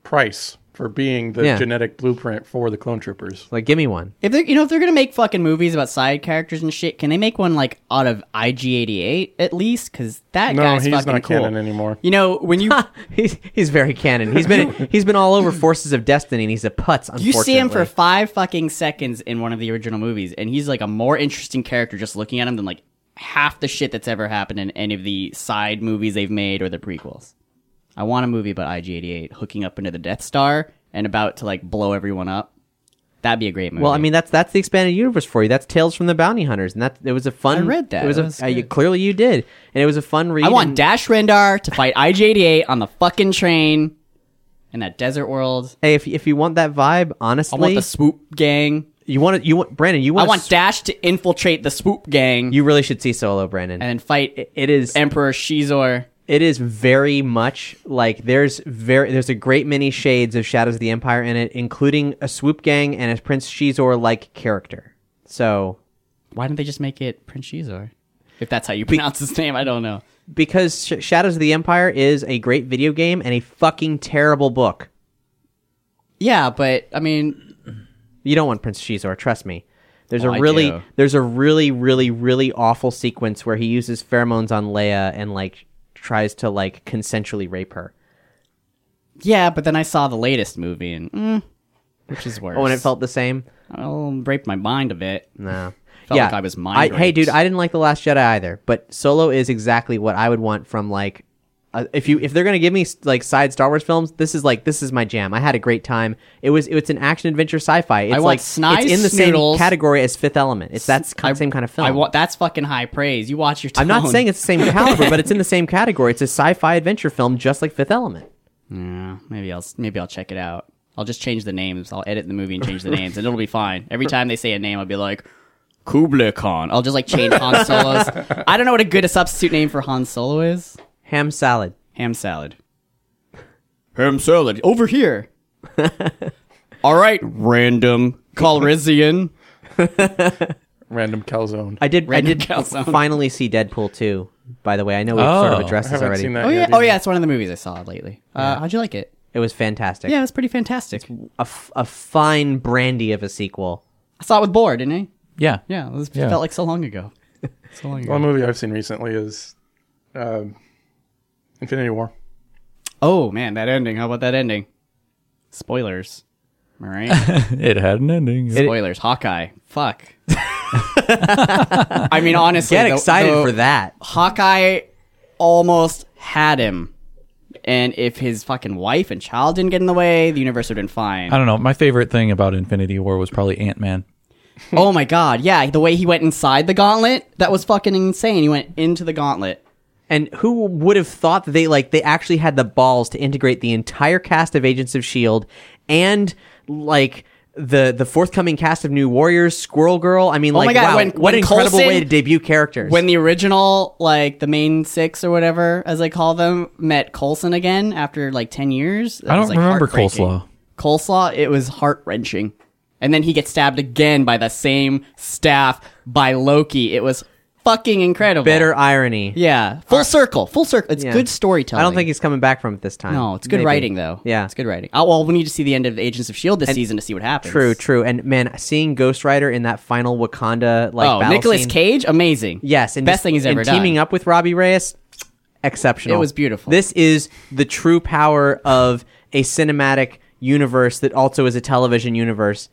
[SPEAKER 8] price for being the
[SPEAKER 9] Yeah.
[SPEAKER 8] genetic blueprint for the clone troopers.
[SPEAKER 9] like give me one. [laughs]
[SPEAKER 10] If they're you know if they're gonna make fucking movies about side characters and shit, can they make one like out of IG88 at least? Because that
[SPEAKER 8] No,
[SPEAKER 10] guy's
[SPEAKER 8] he's
[SPEAKER 10] fucking
[SPEAKER 8] not
[SPEAKER 10] cool.
[SPEAKER 8] canon anymore.
[SPEAKER 10] You know when
[SPEAKER 9] [laughs]
[SPEAKER 10] you
[SPEAKER 9] he's he's very canon. He's been he's been all over Forces of Destiny, and he's a putz. Unfortunately,
[SPEAKER 10] you see him for five fucking seconds in one of the original movies, and he's like a more interesting character just looking at him than like half the shit that's ever happened in any of the side movies they've made or the prequels. I want a movie about IG88 hooking up into the Death Star and about to like blow everyone up. That'd be a great movie.
[SPEAKER 9] Well, I mean that's that's the expanded universe for you. That's Tales from the Bounty Hunters, and that it was a fun.
[SPEAKER 10] I read that.
[SPEAKER 9] It was,
[SPEAKER 10] That
[SPEAKER 9] a,
[SPEAKER 10] was
[SPEAKER 9] uh, you,
[SPEAKER 10] good.
[SPEAKER 9] clearly you did, and it was a fun read.
[SPEAKER 10] I want
[SPEAKER 9] and-
[SPEAKER 10] Dash Rendar to fight IG88 on the fucking train in that desert world.
[SPEAKER 9] Hey, if if you want that vibe, honestly,
[SPEAKER 10] I want the swoop gang.
[SPEAKER 9] you want it. You want Brandon. You
[SPEAKER 10] I
[SPEAKER 9] want. a
[SPEAKER 10] want
[SPEAKER 9] s-
[SPEAKER 10] Dash to infiltrate the swoop gang
[SPEAKER 9] You really should see Solo, Brandon.
[SPEAKER 10] and then fight
[SPEAKER 9] it is
[SPEAKER 10] Emperor Shizor.
[SPEAKER 9] it is very much like there's very there's a great many shades of Shadows of the Empire in it, including a swoop gang and a Prince Shizor like character. So
[SPEAKER 10] Why didn't they just make it Prince Shizor? If that's how you pronounce his name, I don't know.
[SPEAKER 9] because Sh- Shadows of the Empire is a great video game and a fucking terrible book.
[SPEAKER 10] Yeah, but I mean,
[SPEAKER 9] You don't want Prince Shizor, trust me. There's
[SPEAKER 10] Oh, I
[SPEAKER 9] a really
[SPEAKER 10] do.
[SPEAKER 9] there's a really really really awful sequence where he uses pheromones on Leia and like tries to like consensually rape her.
[SPEAKER 10] yeah, but then I saw the latest movie and mm, which is worse.
[SPEAKER 9] Oh, and it felt the same.
[SPEAKER 10] I'll rape my mind a bit.
[SPEAKER 9] No.
[SPEAKER 10] Felt like I was mind
[SPEAKER 9] Hey,
[SPEAKER 10] raped.
[SPEAKER 9] dude, I didn't like the Last Jedi either, but Solo is exactly what I would want from like uh, if you if they're gonna give me like side Star Wars films, this is like this is my jam. I had a great time. It was it's an action adventure sci-fi. It's
[SPEAKER 10] I want
[SPEAKER 9] like
[SPEAKER 10] Snice
[SPEAKER 9] it's in the
[SPEAKER 10] Snoodles.
[SPEAKER 9] same category as Fifth Element. It's that s- same kind of film.
[SPEAKER 10] I want that's fucking high praise. You watch your. Tone.
[SPEAKER 9] I'm not saying it's the same caliber, but it's
[SPEAKER 10] [laughs]
[SPEAKER 9] in the same category. It's a sci-fi adventure film, just like Fifth Element.
[SPEAKER 10] Yeah, maybe I'll maybe I'll check it out. I'll just change the names. I'll edit the movie and change the names, and it'll be fine.
[SPEAKER 9] [laughs]
[SPEAKER 10] Every time they say a name, I'll be like Kublai Khan. I'll just like change
[SPEAKER 9] [laughs]
[SPEAKER 10] Han Solo's. I don't know what a good substitute name for Han Solo is.
[SPEAKER 9] Ham salad.
[SPEAKER 10] Ham salad. Ham salad
[SPEAKER 9] [laughs]
[SPEAKER 10] over here. All right, random Calrissian.
[SPEAKER 8] Random calzone.
[SPEAKER 9] I did.
[SPEAKER 10] Random
[SPEAKER 9] I did
[SPEAKER 10] calzone.
[SPEAKER 9] finally see Deadpool 2, By the way, I know we've sort of
[SPEAKER 10] Oh.
[SPEAKER 9] addressed
[SPEAKER 10] I
[SPEAKER 9] this
[SPEAKER 10] haven't
[SPEAKER 9] already.
[SPEAKER 10] seen that Oh, yet yeah. either. Oh, yeah, it's one of the movies I saw lately. Uh, how'd you like it?
[SPEAKER 9] It was fantastic.
[SPEAKER 10] Yeah, it was pretty fantastic.
[SPEAKER 9] a, f- a fine brandy of a sequel.
[SPEAKER 10] I saw it with Boar, didn't I?
[SPEAKER 2] Yeah.
[SPEAKER 10] Yeah, it was-
[SPEAKER 8] Yeah.
[SPEAKER 10] felt like so long ago. So long ago.
[SPEAKER 8] One movie I've seen recently is um, Infinity War.
[SPEAKER 10] Oh man, that ending. How about that ending? Spoilers. All
[SPEAKER 2] [laughs]
[SPEAKER 10] right.
[SPEAKER 9] [laughs]
[SPEAKER 2] It had an ending.
[SPEAKER 10] Spoilers. Hawkeye. Fuck. I mean, honestly,
[SPEAKER 9] Get
[SPEAKER 10] the-
[SPEAKER 9] excited
[SPEAKER 10] the-
[SPEAKER 9] for that.
[SPEAKER 10] Hawkeye almost had him, and if his fucking wife and child didn't get in the way, the universe would have been fine.
[SPEAKER 2] I don't know. My favorite thing about Infinity War was probably Ant Man.
[SPEAKER 10] oh my god, yeah, the way he went inside the gauntlet, that was fucking insane. He went into the gauntlet.
[SPEAKER 9] And who would have thought that they like they actually had the balls to integrate the entire cast of Agents of Shield E and like the the forthcoming cast of New Warriors, Squirrel Girl. I mean,
[SPEAKER 10] Oh
[SPEAKER 9] like
[SPEAKER 10] my God,
[SPEAKER 9] wow,
[SPEAKER 10] when-
[SPEAKER 9] what
[SPEAKER 10] when
[SPEAKER 9] an incredible
[SPEAKER 10] Coulson-
[SPEAKER 9] way to debut characters.
[SPEAKER 10] When the original, like the main six or whatever, as I call them, met Colson again after like ten years. that
[SPEAKER 2] I
[SPEAKER 10] was,
[SPEAKER 2] don't
[SPEAKER 10] like,
[SPEAKER 2] remember
[SPEAKER 10] heartbreaking.
[SPEAKER 2] coleslaw.
[SPEAKER 10] Coleslaw, it was heart wrenching. And then he gets stabbed again by the same staff by Loki. It was fucking incredible.
[SPEAKER 9] bitter irony.
[SPEAKER 10] Yeah. Full circle. Full circle. It's
[SPEAKER 9] Yeah.
[SPEAKER 10] good storytelling.
[SPEAKER 9] I don't think he's coming back from it this time.
[SPEAKER 10] No, it's good
[SPEAKER 9] Maybe.
[SPEAKER 10] writing though.
[SPEAKER 9] Yeah.
[SPEAKER 10] It's good writing. Oh, well, we need to see the end of Agents of Shield E this season to see what happens.
[SPEAKER 9] True, true. And man, seeing Ghost Rider in that final Wakanda like
[SPEAKER 10] oh,
[SPEAKER 9] battle
[SPEAKER 10] Nicolas
[SPEAKER 9] scene-
[SPEAKER 10] Cage, amazing.
[SPEAKER 9] Yes, and
[SPEAKER 10] best
[SPEAKER 9] just-
[SPEAKER 10] thing he's
[SPEAKER 9] and
[SPEAKER 10] ever done.
[SPEAKER 9] Teaming up with Robbie Reyes, exceptional.
[SPEAKER 10] It was beautiful.
[SPEAKER 9] This is the true power of a cinematic universe that also is a television universe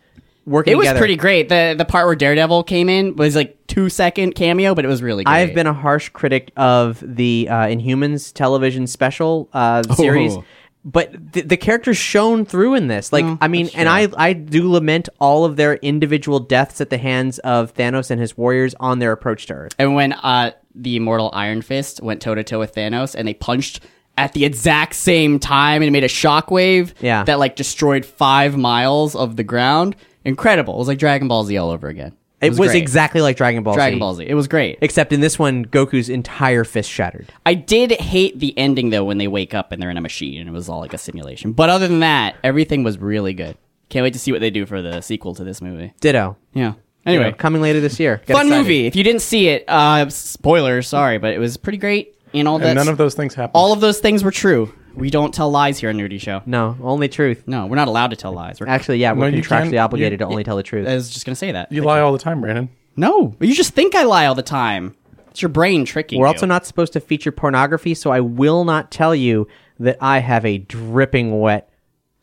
[SPEAKER 9] working.
[SPEAKER 10] It was
[SPEAKER 9] together.
[SPEAKER 10] pretty great. The the part where Daredevil came in was like two second cameo, but it was really. great.
[SPEAKER 9] I've been a harsh critic of the uh, Inhumans television special uh, series, but th- the characters shown through in this. Like, I mean, and I I do lament all of their individual deaths at the hands of Thanos and his warriors on their approach to Earth.
[SPEAKER 10] And when uh, the immortal Iron Fist went toe to toe with Thanos and they punched at the exact same time and it made a shockwave
[SPEAKER 9] Yeah.
[SPEAKER 10] that like destroyed five miles of the ground. Incredible. It was like Dragon Ball Z all over again.
[SPEAKER 9] It, was,
[SPEAKER 10] great.
[SPEAKER 9] exactly like Dragon Ball
[SPEAKER 10] Dragon
[SPEAKER 9] Z.
[SPEAKER 10] Ball Z. It was great.
[SPEAKER 9] Except in this one, Goku's entire fist shattered.
[SPEAKER 10] I did hate the ending though when they wake up and they're in a machine and it was all like a simulation. But other than that, everything was really good. Can't wait to see what they do for the sequel to this movie.
[SPEAKER 9] Ditto.
[SPEAKER 10] Yeah. Anyway,
[SPEAKER 9] Ditto. coming later this year. Get
[SPEAKER 10] fun
[SPEAKER 9] excited.
[SPEAKER 10] movie. If you didn't see it, uh, spoilers. Sorry, but it was pretty great. And all that.
[SPEAKER 8] And none of those things happened.
[SPEAKER 10] all of those things were true. We don't tell lies here on Nerdy Show.
[SPEAKER 9] No, only truth.
[SPEAKER 10] No, we're not allowed to tell lies. We're,
[SPEAKER 9] Actually, yeah, we're
[SPEAKER 8] No, you
[SPEAKER 9] contractually
[SPEAKER 8] can't-
[SPEAKER 9] obligated to only tell the truth.
[SPEAKER 10] I was just gonna say that.
[SPEAKER 8] you lie all the time, Brandon.
[SPEAKER 10] No, you just think I lie all the time. It's your brain tricking.
[SPEAKER 9] We're
[SPEAKER 10] you.
[SPEAKER 9] also not supposed to feature pornography, so I will not tell you that I have a dripping wet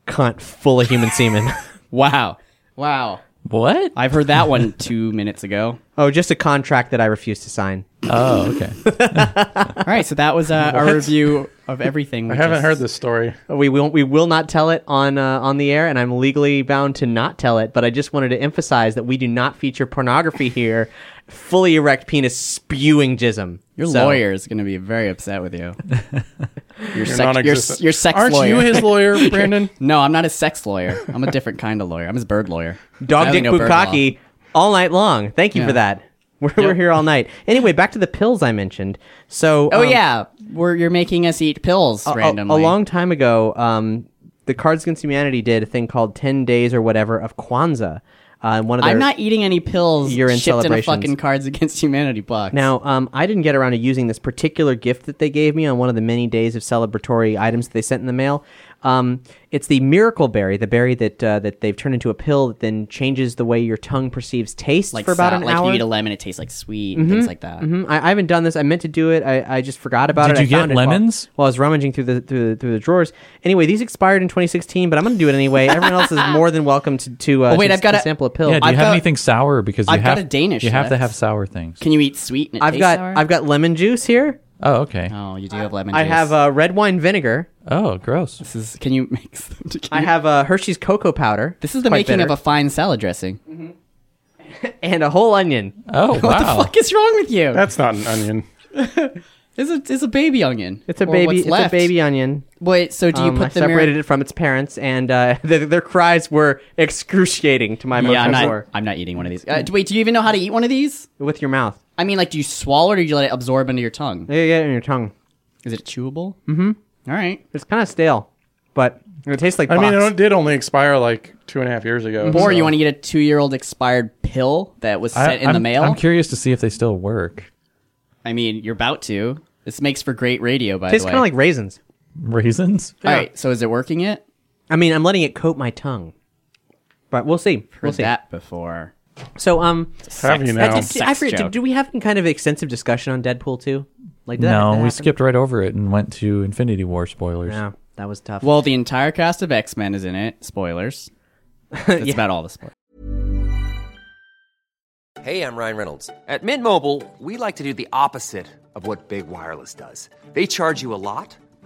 [SPEAKER 9] cunt full of human
[SPEAKER 10] [laughs]
[SPEAKER 9] semen.
[SPEAKER 10] Wow, wow.
[SPEAKER 2] What?
[SPEAKER 10] I've heard that one [laughs] two minutes ago.
[SPEAKER 9] Oh, just a contract that I refuse to sign.
[SPEAKER 2] Oh,
[SPEAKER 10] [laughs]
[SPEAKER 2] okay.
[SPEAKER 10] All right, so that
[SPEAKER 9] [laughs]
[SPEAKER 10] was uh, our review of everything.
[SPEAKER 8] I haven't heard this story.
[SPEAKER 9] We will we will not tell it on uh, on the air, and I'm legally bound to not tell it. But I just wanted to emphasize that we do not feature pornography here. Fully erect penis spewing jism.
[SPEAKER 10] Your
[SPEAKER 9] So-
[SPEAKER 10] lawyer is going to be very upset
[SPEAKER 9] [laughs]
[SPEAKER 10] with you. your
[SPEAKER 8] You're
[SPEAKER 10] sex, your,
[SPEAKER 8] non-existent.
[SPEAKER 10] your sex
[SPEAKER 8] Aren't
[SPEAKER 10] lawyer.
[SPEAKER 8] you his
[SPEAKER 9] [laughs]
[SPEAKER 10] [laughs]
[SPEAKER 8] lawyer, Brandon?
[SPEAKER 10] no, I'm not a sex lawyer. I'm a different kind of lawyer. I'm his bird lawyer. I
[SPEAKER 9] Dog
[SPEAKER 10] only
[SPEAKER 9] Dick
[SPEAKER 10] know bird law.
[SPEAKER 9] Bukaki all night long. Thank you
[SPEAKER 10] Yeah.
[SPEAKER 9] for that. We're, we're here all night. Anyway, back to the pills I mentioned. So,
[SPEAKER 10] Oh
[SPEAKER 9] um,
[SPEAKER 10] yeah, we're, you're making us eat pills
[SPEAKER 9] a- a-
[SPEAKER 10] randomly.
[SPEAKER 9] A, long time ago, um, the Cards Against Humanity did a thing called Ten Days or whatever of Kwanzaa. Uh, and one of their,
[SPEAKER 10] I'm not e- eating any pills.
[SPEAKER 9] You're in
[SPEAKER 10] shipped in a
[SPEAKER 9] celebrations.
[SPEAKER 10] fucking Cards Against Humanity box.
[SPEAKER 9] Now, um, I didn't get around to using this particular gift that they gave me on one of the many days of celebratory items that they sent in the mail. Um, it's the miracle berry, the berry that uh, that they've turned into a pill that then changes the way your tongue perceives taste
[SPEAKER 10] like
[SPEAKER 9] for about
[SPEAKER 10] sa-
[SPEAKER 9] an
[SPEAKER 10] like
[SPEAKER 9] hour.
[SPEAKER 10] you eat a lemon, it tastes like sweet and things like that.
[SPEAKER 9] Mhm. I, I haven't done this. I meant to do it. I, I just forgot about
[SPEAKER 2] Did
[SPEAKER 9] it. I
[SPEAKER 2] you get
[SPEAKER 9] found it while-
[SPEAKER 2] lemons?
[SPEAKER 9] While, I was rummaging through the through the, through the drawers. Anyway, these expired in 2016, but I'm going to do it anyway. Everyone else
[SPEAKER 10] [laughs]
[SPEAKER 9] is more than welcome to to, uh,
[SPEAKER 10] Oh, wait,
[SPEAKER 9] to-
[SPEAKER 10] I've got
[SPEAKER 9] to
[SPEAKER 10] a-
[SPEAKER 9] sample a pill.
[SPEAKER 2] Yeah. Do you
[SPEAKER 10] I've
[SPEAKER 2] have
[SPEAKER 10] got-
[SPEAKER 2] anything sour? Because you
[SPEAKER 10] I've
[SPEAKER 2] have
[SPEAKER 10] got a Danish
[SPEAKER 2] You have to
[SPEAKER 10] left.
[SPEAKER 2] have sour things.
[SPEAKER 10] Can you eat sweet? And it
[SPEAKER 9] I've
[SPEAKER 10] tastes
[SPEAKER 9] got
[SPEAKER 10] sour?
[SPEAKER 9] I've got lemon juice here.
[SPEAKER 2] Oh, okay.
[SPEAKER 10] Oh, you do have lemon
[SPEAKER 9] I
[SPEAKER 10] juice.
[SPEAKER 9] have uh, red wine vinegar.
[SPEAKER 2] Oh, gross.
[SPEAKER 10] This is. Can you mix them together?
[SPEAKER 9] I have uh, Hershey's cocoa powder.
[SPEAKER 10] This is the
[SPEAKER 9] Quite
[SPEAKER 10] making
[SPEAKER 9] bitter.
[SPEAKER 10] of a fine salad dressing.
[SPEAKER 9] and a whole onion.
[SPEAKER 2] Oh, wow.
[SPEAKER 10] [laughs] What the fuck is wrong with you?
[SPEAKER 8] That's not an onion.
[SPEAKER 10] [laughs] It's a, it's a baby onion.
[SPEAKER 9] It's a
[SPEAKER 10] Or
[SPEAKER 9] baby.
[SPEAKER 10] what's
[SPEAKER 9] It's
[SPEAKER 10] left.
[SPEAKER 9] a baby onion.
[SPEAKER 10] Wait, so do you
[SPEAKER 9] Um,
[SPEAKER 10] put
[SPEAKER 9] I
[SPEAKER 10] them?
[SPEAKER 9] separated it from its parents, and uh, [laughs] their, their cries were excruciating to my
[SPEAKER 10] Yeah, I'm
[SPEAKER 9] emotional
[SPEAKER 10] not,
[SPEAKER 9] core.
[SPEAKER 10] I'm not eating one of these. Uh, d- wait, do you even know how to eat one of these?
[SPEAKER 9] with your mouth.
[SPEAKER 10] I mean, like, do you swallow it or do you let it absorb into your tongue?
[SPEAKER 9] Yeah, yeah, in your tongue.
[SPEAKER 10] Is it chewable? Mm-hmm. All right.
[SPEAKER 9] It's kind of stale, but it tastes like.
[SPEAKER 8] I mean,
[SPEAKER 9] box.
[SPEAKER 8] it did only expire like two and a half years ago.
[SPEAKER 10] Or
[SPEAKER 8] so-
[SPEAKER 10] you want to get a two-year-old expired pill that was sent in
[SPEAKER 2] I'm,
[SPEAKER 10] the mail?
[SPEAKER 2] I'm curious to see if they still work.
[SPEAKER 10] I mean, you're about to. This makes for great radio, by
[SPEAKER 9] tastes
[SPEAKER 10] the way.
[SPEAKER 9] kind of like raisins.
[SPEAKER 2] Raisins?
[SPEAKER 10] All right, so is it working yet?
[SPEAKER 9] I mean, I'm letting it coat my tongue, but we'll see. We'll
[SPEAKER 10] Heard
[SPEAKER 9] see.
[SPEAKER 10] that before.
[SPEAKER 9] So, um,
[SPEAKER 8] Have you now?
[SPEAKER 10] That's
[SPEAKER 9] did, I
[SPEAKER 10] sex
[SPEAKER 9] forget, did,
[SPEAKER 10] joke.
[SPEAKER 9] did we have any kind of extensive discussion on Deadpool too? Like, did that-
[SPEAKER 2] No,
[SPEAKER 9] that
[SPEAKER 2] we
[SPEAKER 9] happen?
[SPEAKER 2] skipped right over it and went to Infinity War spoilers.
[SPEAKER 9] Yeah, that was tough. [laughs]
[SPEAKER 10] Well, the entire cast of X Men is in it. Spoilers. That's about all the spoilers.
[SPEAKER 11] Hey, I'm Ryan Reynolds. At Mint Mobile, we like to do the opposite of what Big Wireless does. They charge you a lot,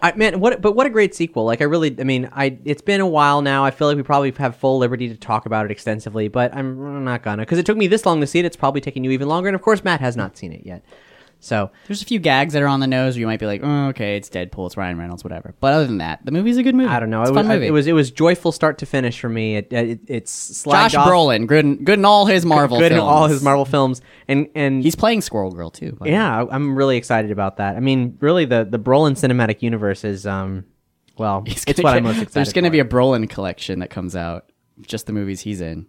[SPEAKER 9] I man, what? But what a great sequel! Like, I really, I mean, I it's been a while now. I feel like we probably have full liberty to talk about it extensively, but I'm not gonna because it took me this long to see it. It's probably taking you even longer, and of course, Matt has not seen it yet. So
[SPEAKER 10] There's a few gags that are on the nose where you might be like, oh, okay, it's Deadpool, it's Ryan Reynolds, whatever. But other than that, the movie's a good movie.
[SPEAKER 9] I don't know.
[SPEAKER 10] Hmm. It's
[SPEAKER 9] it
[SPEAKER 10] a
[SPEAKER 9] was
[SPEAKER 10] fun movie.
[SPEAKER 9] it was it was joyful start to finish for me. It, it it's slagged
[SPEAKER 10] Josh
[SPEAKER 9] off-
[SPEAKER 10] Brolin, good, in- good in all his Marvel
[SPEAKER 9] good in
[SPEAKER 10] films.
[SPEAKER 9] all his Marvel films, and and
[SPEAKER 10] He's playing Squirrel Girl, too. by the way.
[SPEAKER 9] yeah, I- I'm really excited about that. I mean, really, the the Brolin cinematic universe is um, well,
[SPEAKER 10] He's
[SPEAKER 9] [laughs] it's
[SPEAKER 10] gonna
[SPEAKER 9] what
[SPEAKER 10] get-
[SPEAKER 9] I'm most excited.
[SPEAKER 10] There's going to
[SPEAKER 9] for.
[SPEAKER 10] be a Brolin collection that comes out, just the movies he's in.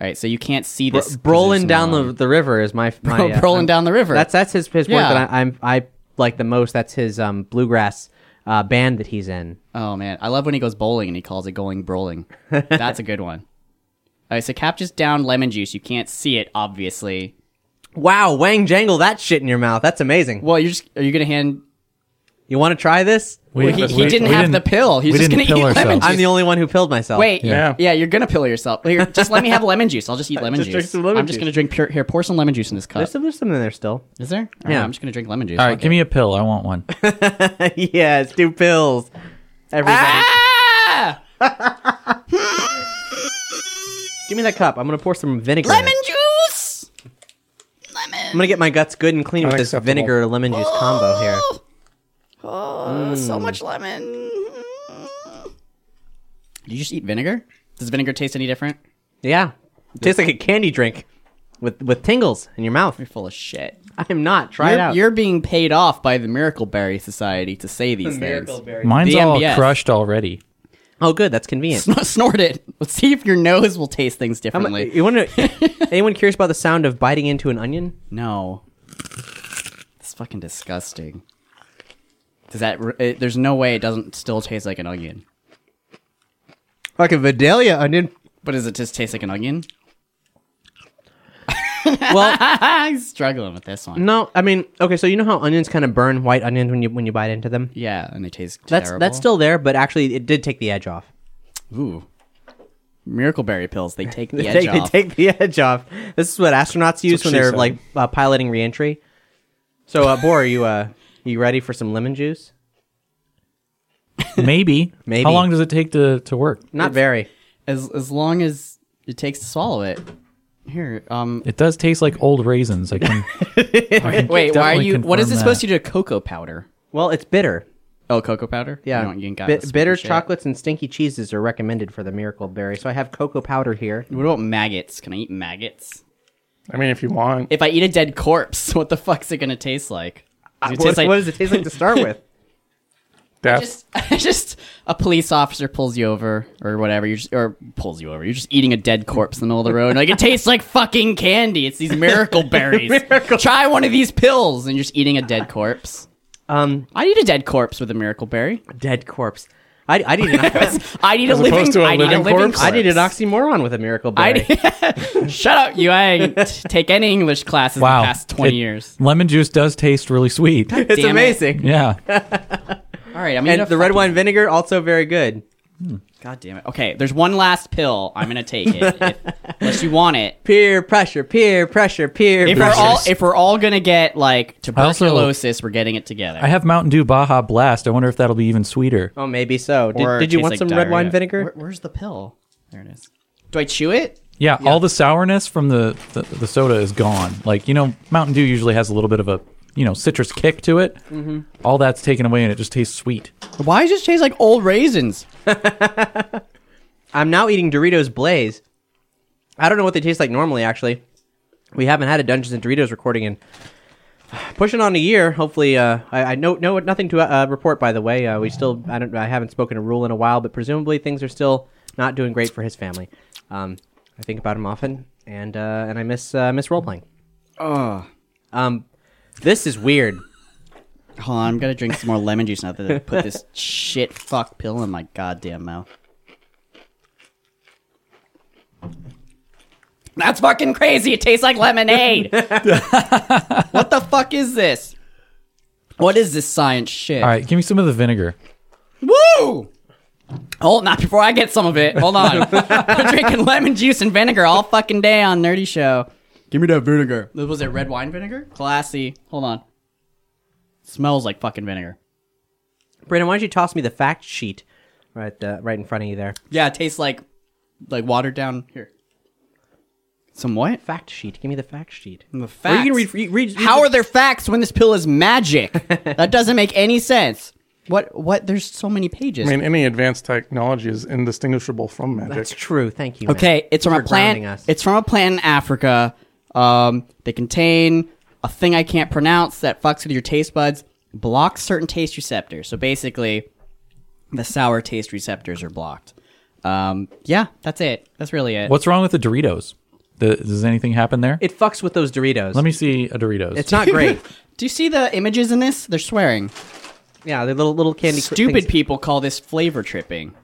[SPEAKER 10] All right, so you can't see
[SPEAKER 9] Bro-
[SPEAKER 10] this. 'cause
[SPEAKER 9] Brolin
[SPEAKER 10] there's
[SPEAKER 9] down
[SPEAKER 10] no-
[SPEAKER 9] the, the river is my, my uh,
[SPEAKER 10] [laughs] Brolin
[SPEAKER 9] I'm-
[SPEAKER 10] down the river.
[SPEAKER 9] That's that's his his work
[SPEAKER 10] Yeah.
[SPEAKER 9] that I, I'm I like the most. That's his um bluegrass uh, band that he's in.
[SPEAKER 10] Oh man, I love when he goes bowling and he calls it
[SPEAKER 9] [laughs]
[SPEAKER 10] going bowling. That's a good one. All right, so Cap just down lemon juice. You can't see it, obviously.
[SPEAKER 9] Wow, Wang Jangle that shit in your mouth. That's amazing.
[SPEAKER 10] Well, you're just are you gonna hand?
[SPEAKER 9] You want to try this?
[SPEAKER 2] We,
[SPEAKER 10] Well, he, he didn't have the pill. He's
[SPEAKER 2] we
[SPEAKER 10] just
[SPEAKER 2] didn't
[SPEAKER 10] gonna eat
[SPEAKER 2] pill
[SPEAKER 10] lemon
[SPEAKER 2] ourselves.
[SPEAKER 10] juice.
[SPEAKER 9] I'm the only one who pilled myself.
[SPEAKER 10] Wait,
[SPEAKER 8] Yeah.
[SPEAKER 10] yeah. you're gonna pill yourself. Here, just let me have lemon juice. I'll
[SPEAKER 9] [laughs]
[SPEAKER 10] just eat lemon
[SPEAKER 9] Just drink
[SPEAKER 10] juice.
[SPEAKER 9] some lemon
[SPEAKER 10] I'm just gonna
[SPEAKER 9] juice.
[SPEAKER 10] drink pure. Here, pour some lemon juice in this cup.
[SPEAKER 9] there's some there's some in there [laughs] still.
[SPEAKER 10] Is there? All
[SPEAKER 9] Yeah.
[SPEAKER 10] right, I'm just gonna drink lemon juice.
[SPEAKER 2] All right,
[SPEAKER 10] Fuck
[SPEAKER 2] give
[SPEAKER 10] it.
[SPEAKER 2] me a pill. I want
[SPEAKER 10] [laughs]
[SPEAKER 2] one.
[SPEAKER 9] yes, two pills. Everybody,
[SPEAKER 10] Ah!
[SPEAKER 9] give me that cup. I'm gonna pour some vinegar. in it.
[SPEAKER 10] Lemon juice.
[SPEAKER 9] I'm gonna get my guts good and clean with this
[SPEAKER 8] Unacceptable.
[SPEAKER 9] vinegar lemon juice combo here.
[SPEAKER 10] Oh, so
[SPEAKER 9] Mm.
[SPEAKER 10] much lemon. Did you just eat vinegar? Does vinegar taste any different?
[SPEAKER 9] Yeah, tastes like a candy drink with with tingles in your mouth.
[SPEAKER 10] You're full of shit.
[SPEAKER 9] I am not. Try
[SPEAKER 10] you're,
[SPEAKER 9] it out.
[SPEAKER 10] You're being paid off by the Miracle Berry Society to say these things.
[SPEAKER 2] Mine's
[SPEAKER 10] The
[SPEAKER 2] all
[SPEAKER 10] MBS.
[SPEAKER 2] crushed already.
[SPEAKER 9] oh, good. That's convenient.
[SPEAKER 10] Snort, snort it. Let's see if your nose will taste things
[SPEAKER 9] Um,
[SPEAKER 10] differently.
[SPEAKER 9] you want
[SPEAKER 10] [laughs]
[SPEAKER 9] to? anyone curious about the sound of biting into an onion?
[SPEAKER 10] no, it's fucking disgusting. Does that? re- It, there's no way it doesn't still taste like an onion.
[SPEAKER 9] Like a Vidalia onion.
[SPEAKER 10] But does it just taste like an onion? [laughs]
[SPEAKER 9] Well,
[SPEAKER 10] [laughs] I'm struggling with this one.
[SPEAKER 9] no. I mean, okay. So you know how onions kind of burn white onions when you when you bite into them.
[SPEAKER 10] Yeah, and they taste
[SPEAKER 9] That's
[SPEAKER 10] terrible.
[SPEAKER 9] that's still there, but actually, it did take the edge off.
[SPEAKER 10] Ooh. Miracle berry pills,
[SPEAKER 9] [laughs]
[SPEAKER 10] they take the
[SPEAKER 9] They
[SPEAKER 10] edge
[SPEAKER 9] take, they
[SPEAKER 10] off.
[SPEAKER 9] take the edge off. This is what astronauts use
[SPEAKER 8] what
[SPEAKER 9] when
[SPEAKER 8] she
[SPEAKER 9] they're
[SPEAKER 8] said.
[SPEAKER 9] like uh, piloting reentry. So, uh, Bo, are you uh, you ready for some lemon juice?
[SPEAKER 10] [laughs]
[SPEAKER 2] Maybe.
[SPEAKER 9] Maybe.
[SPEAKER 2] How long does it take to, to work?
[SPEAKER 9] Not very.
[SPEAKER 10] as as long as it takes to swallow it. Here, um
[SPEAKER 2] It does taste like old raisins. I can.
[SPEAKER 10] [laughs] wait, why are
[SPEAKER 2] definitely
[SPEAKER 10] you what is
[SPEAKER 2] confirm
[SPEAKER 10] this supposed
[SPEAKER 2] that.
[SPEAKER 10] to do to cocoa powder?
[SPEAKER 9] Well, it's bitter.
[SPEAKER 10] Oh, cocoa powder.
[SPEAKER 9] Yeah,
[SPEAKER 10] you, know, you got
[SPEAKER 9] Bi-
[SPEAKER 10] the sweet
[SPEAKER 9] bitter
[SPEAKER 10] shit.
[SPEAKER 9] chocolates and stinky cheeses are recommended for the miracle berry. So I have cocoa powder here.
[SPEAKER 10] What about maggots? Can I eat maggots?
[SPEAKER 8] I mean, if you want.
[SPEAKER 10] If I eat a dead corpse, [laughs] what the fuck's it gonna taste like?
[SPEAKER 9] Uh,
[SPEAKER 10] Does it
[SPEAKER 9] what- what does it taste like to
[SPEAKER 10] [laughs]
[SPEAKER 9] start with?
[SPEAKER 10] Just, [laughs] just a police officer pulls you over or whatever. You just or pulls you over. You're just eating a dead corpse in the middle of the road. Like it tastes like fucking candy. It's these [laughs] miracle berries. Try one of these pills, and you're just eating a dead corpse.
[SPEAKER 9] Um,
[SPEAKER 10] I need a dead corpse with a miracle berry.
[SPEAKER 9] Dead corpse. I, I need [laughs] an
[SPEAKER 10] [laughs] I need a living. I need a living corpse.
[SPEAKER 9] I need an oxymoron with a miracle berry.
[SPEAKER 10] [laughs] Shut up, you! I t- take any English classes in the past twenty
[SPEAKER 2] It-
[SPEAKER 10] years.
[SPEAKER 2] Lemon juice does taste really
[SPEAKER 10] [laughs]
[SPEAKER 2] sweet.
[SPEAKER 10] It's Damn it. amazing.
[SPEAKER 2] Yeah.
[SPEAKER 10] All right, I'm
[SPEAKER 9] and
[SPEAKER 10] gonna
[SPEAKER 9] the red wine vinegar also very good.
[SPEAKER 10] God damn it. Okay, there's one last pill. I'm gonna take it, if, unless you want it.
[SPEAKER 9] Peer pressure, peer pressure, peer.
[SPEAKER 10] If we're
[SPEAKER 9] pressure.
[SPEAKER 10] all if we're all gonna get like
[SPEAKER 2] I also-
[SPEAKER 10] tuberculosis, we're getting it together.
[SPEAKER 2] I have Mountain Dew Baja Blast. I wonder if that'll be even sweeter.
[SPEAKER 9] oh, maybe so. Did,
[SPEAKER 10] Or
[SPEAKER 9] did you
[SPEAKER 10] tastes
[SPEAKER 9] want
[SPEAKER 10] like
[SPEAKER 9] some red wine
[SPEAKER 10] diarrhea.
[SPEAKER 9] vinegar?
[SPEAKER 10] Where- where's the pill? There it is. Do I chew it?
[SPEAKER 2] Yeah, all the sourness from the, the the soda is gone. Like you know, Mountain Dew usually has a little bit of a you know citrus kick to it.
[SPEAKER 10] Mhm.
[SPEAKER 2] All that's taken away, and it just tastes sweet.
[SPEAKER 10] Why does it taste like old raisins?
[SPEAKER 9] I'm now eating Doritos Blaze. I don't know what they taste like normally. Actually, we haven't had a Dungeons and Doritos recording in [sighs] pushing on a year. Hopefully, uh, I, I know no nothing to uh, report. By the way, uh, we still I don't I haven't spoken to Rule in a while, but presumably things are still not doing great for his family. Um, I think about him often, and uh, and I miss uh, miss role playing.
[SPEAKER 10] Oh.
[SPEAKER 9] Um, this is weird.
[SPEAKER 10] Hold on, I'm gonna drink some more lemon juice now that I put [laughs] this shit fuck pill in my goddamn mouth. That's fucking crazy. It tastes like lemonade. [laughs] what the fuck is this? What is this science shit?
[SPEAKER 2] All right, give me some of the vinegar.
[SPEAKER 10] Woo! Hold not before I get some of it. Hold [laughs] on. I'm drinking lemon juice and vinegar all fucking day on Nerdy Show. Give me that vinegar. Was it red wine vinegar? Classy. Hold on. Smells like fucking vinegar.
[SPEAKER 9] Brandon, why don't you toss me the fact sheet right uh, right in front of you there?
[SPEAKER 10] Yeah, it tastes like like watered down here. Some what?
[SPEAKER 9] Fact sheet. Give me the fact sheet.
[SPEAKER 10] The
[SPEAKER 9] Or you can
[SPEAKER 10] facts.
[SPEAKER 9] read, read, read
[SPEAKER 10] How are there facts when this pill is [laughs] magic? that doesn't make any sense. What what there's so many
[SPEAKER 8] I
[SPEAKER 10] pages.
[SPEAKER 8] mean, any advanced technology is indistinguishable from magic.
[SPEAKER 9] That's true. Thank you.
[SPEAKER 10] Okay, it's from a plant.
[SPEAKER 9] grounding us.
[SPEAKER 10] It's from a plant in Africa. Um, they contain a thing I can't pronounce that fucks with your taste buds, blocks certain taste receptors. So basically, the sour taste receptors are blocked. Um, yeah, that's it. That's really it.
[SPEAKER 2] What's wrong with the Doritos? The, does anything happen there?
[SPEAKER 9] It fucks with those Doritos.
[SPEAKER 2] Let me see a Doritos.
[SPEAKER 9] It's
[SPEAKER 10] [laughs]
[SPEAKER 9] not great.
[SPEAKER 10] Do you see the images in this? They're swearing.
[SPEAKER 9] yeah, they're little little candy. cr-
[SPEAKER 10] Stupid
[SPEAKER 9] things.
[SPEAKER 10] people call this flavor tripping.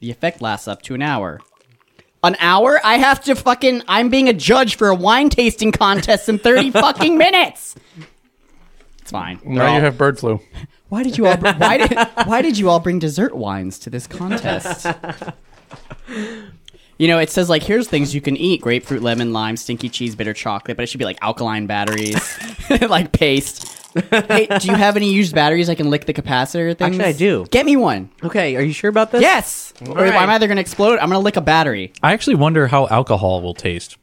[SPEAKER 10] The effect lasts up to an hour. An hour? I have to fucking. I'm being a judge for a wine tasting contest
[SPEAKER 9] [laughs]
[SPEAKER 10] in 30 fucking minutes! It's fine. They're
[SPEAKER 8] Now
[SPEAKER 10] all-
[SPEAKER 8] you have bird flu.
[SPEAKER 10] why did you all br- why did why did you all bring dessert wines to this contest? [laughs] You know, it says like here's things you can eat: grapefruit, lemon, lime, stinky cheese, bitter chocolate. But it should be like alkaline batteries, [laughs] like paste. hey, do you have any used batteries I can lick the capacitor things?
[SPEAKER 9] Actually, I do.
[SPEAKER 10] Get me one.
[SPEAKER 9] Okay, are you sure about this?
[SPEAKER 10] Yes.
[SPEAKER 9] All
[SPEAKER 10] Or
[SPEAKER 9] right.
[SPEAKER 10] I'm either gonna explode. I'm gonna lick a battery.
[SPEAKER 2] I actually wonder how alcohol will taste.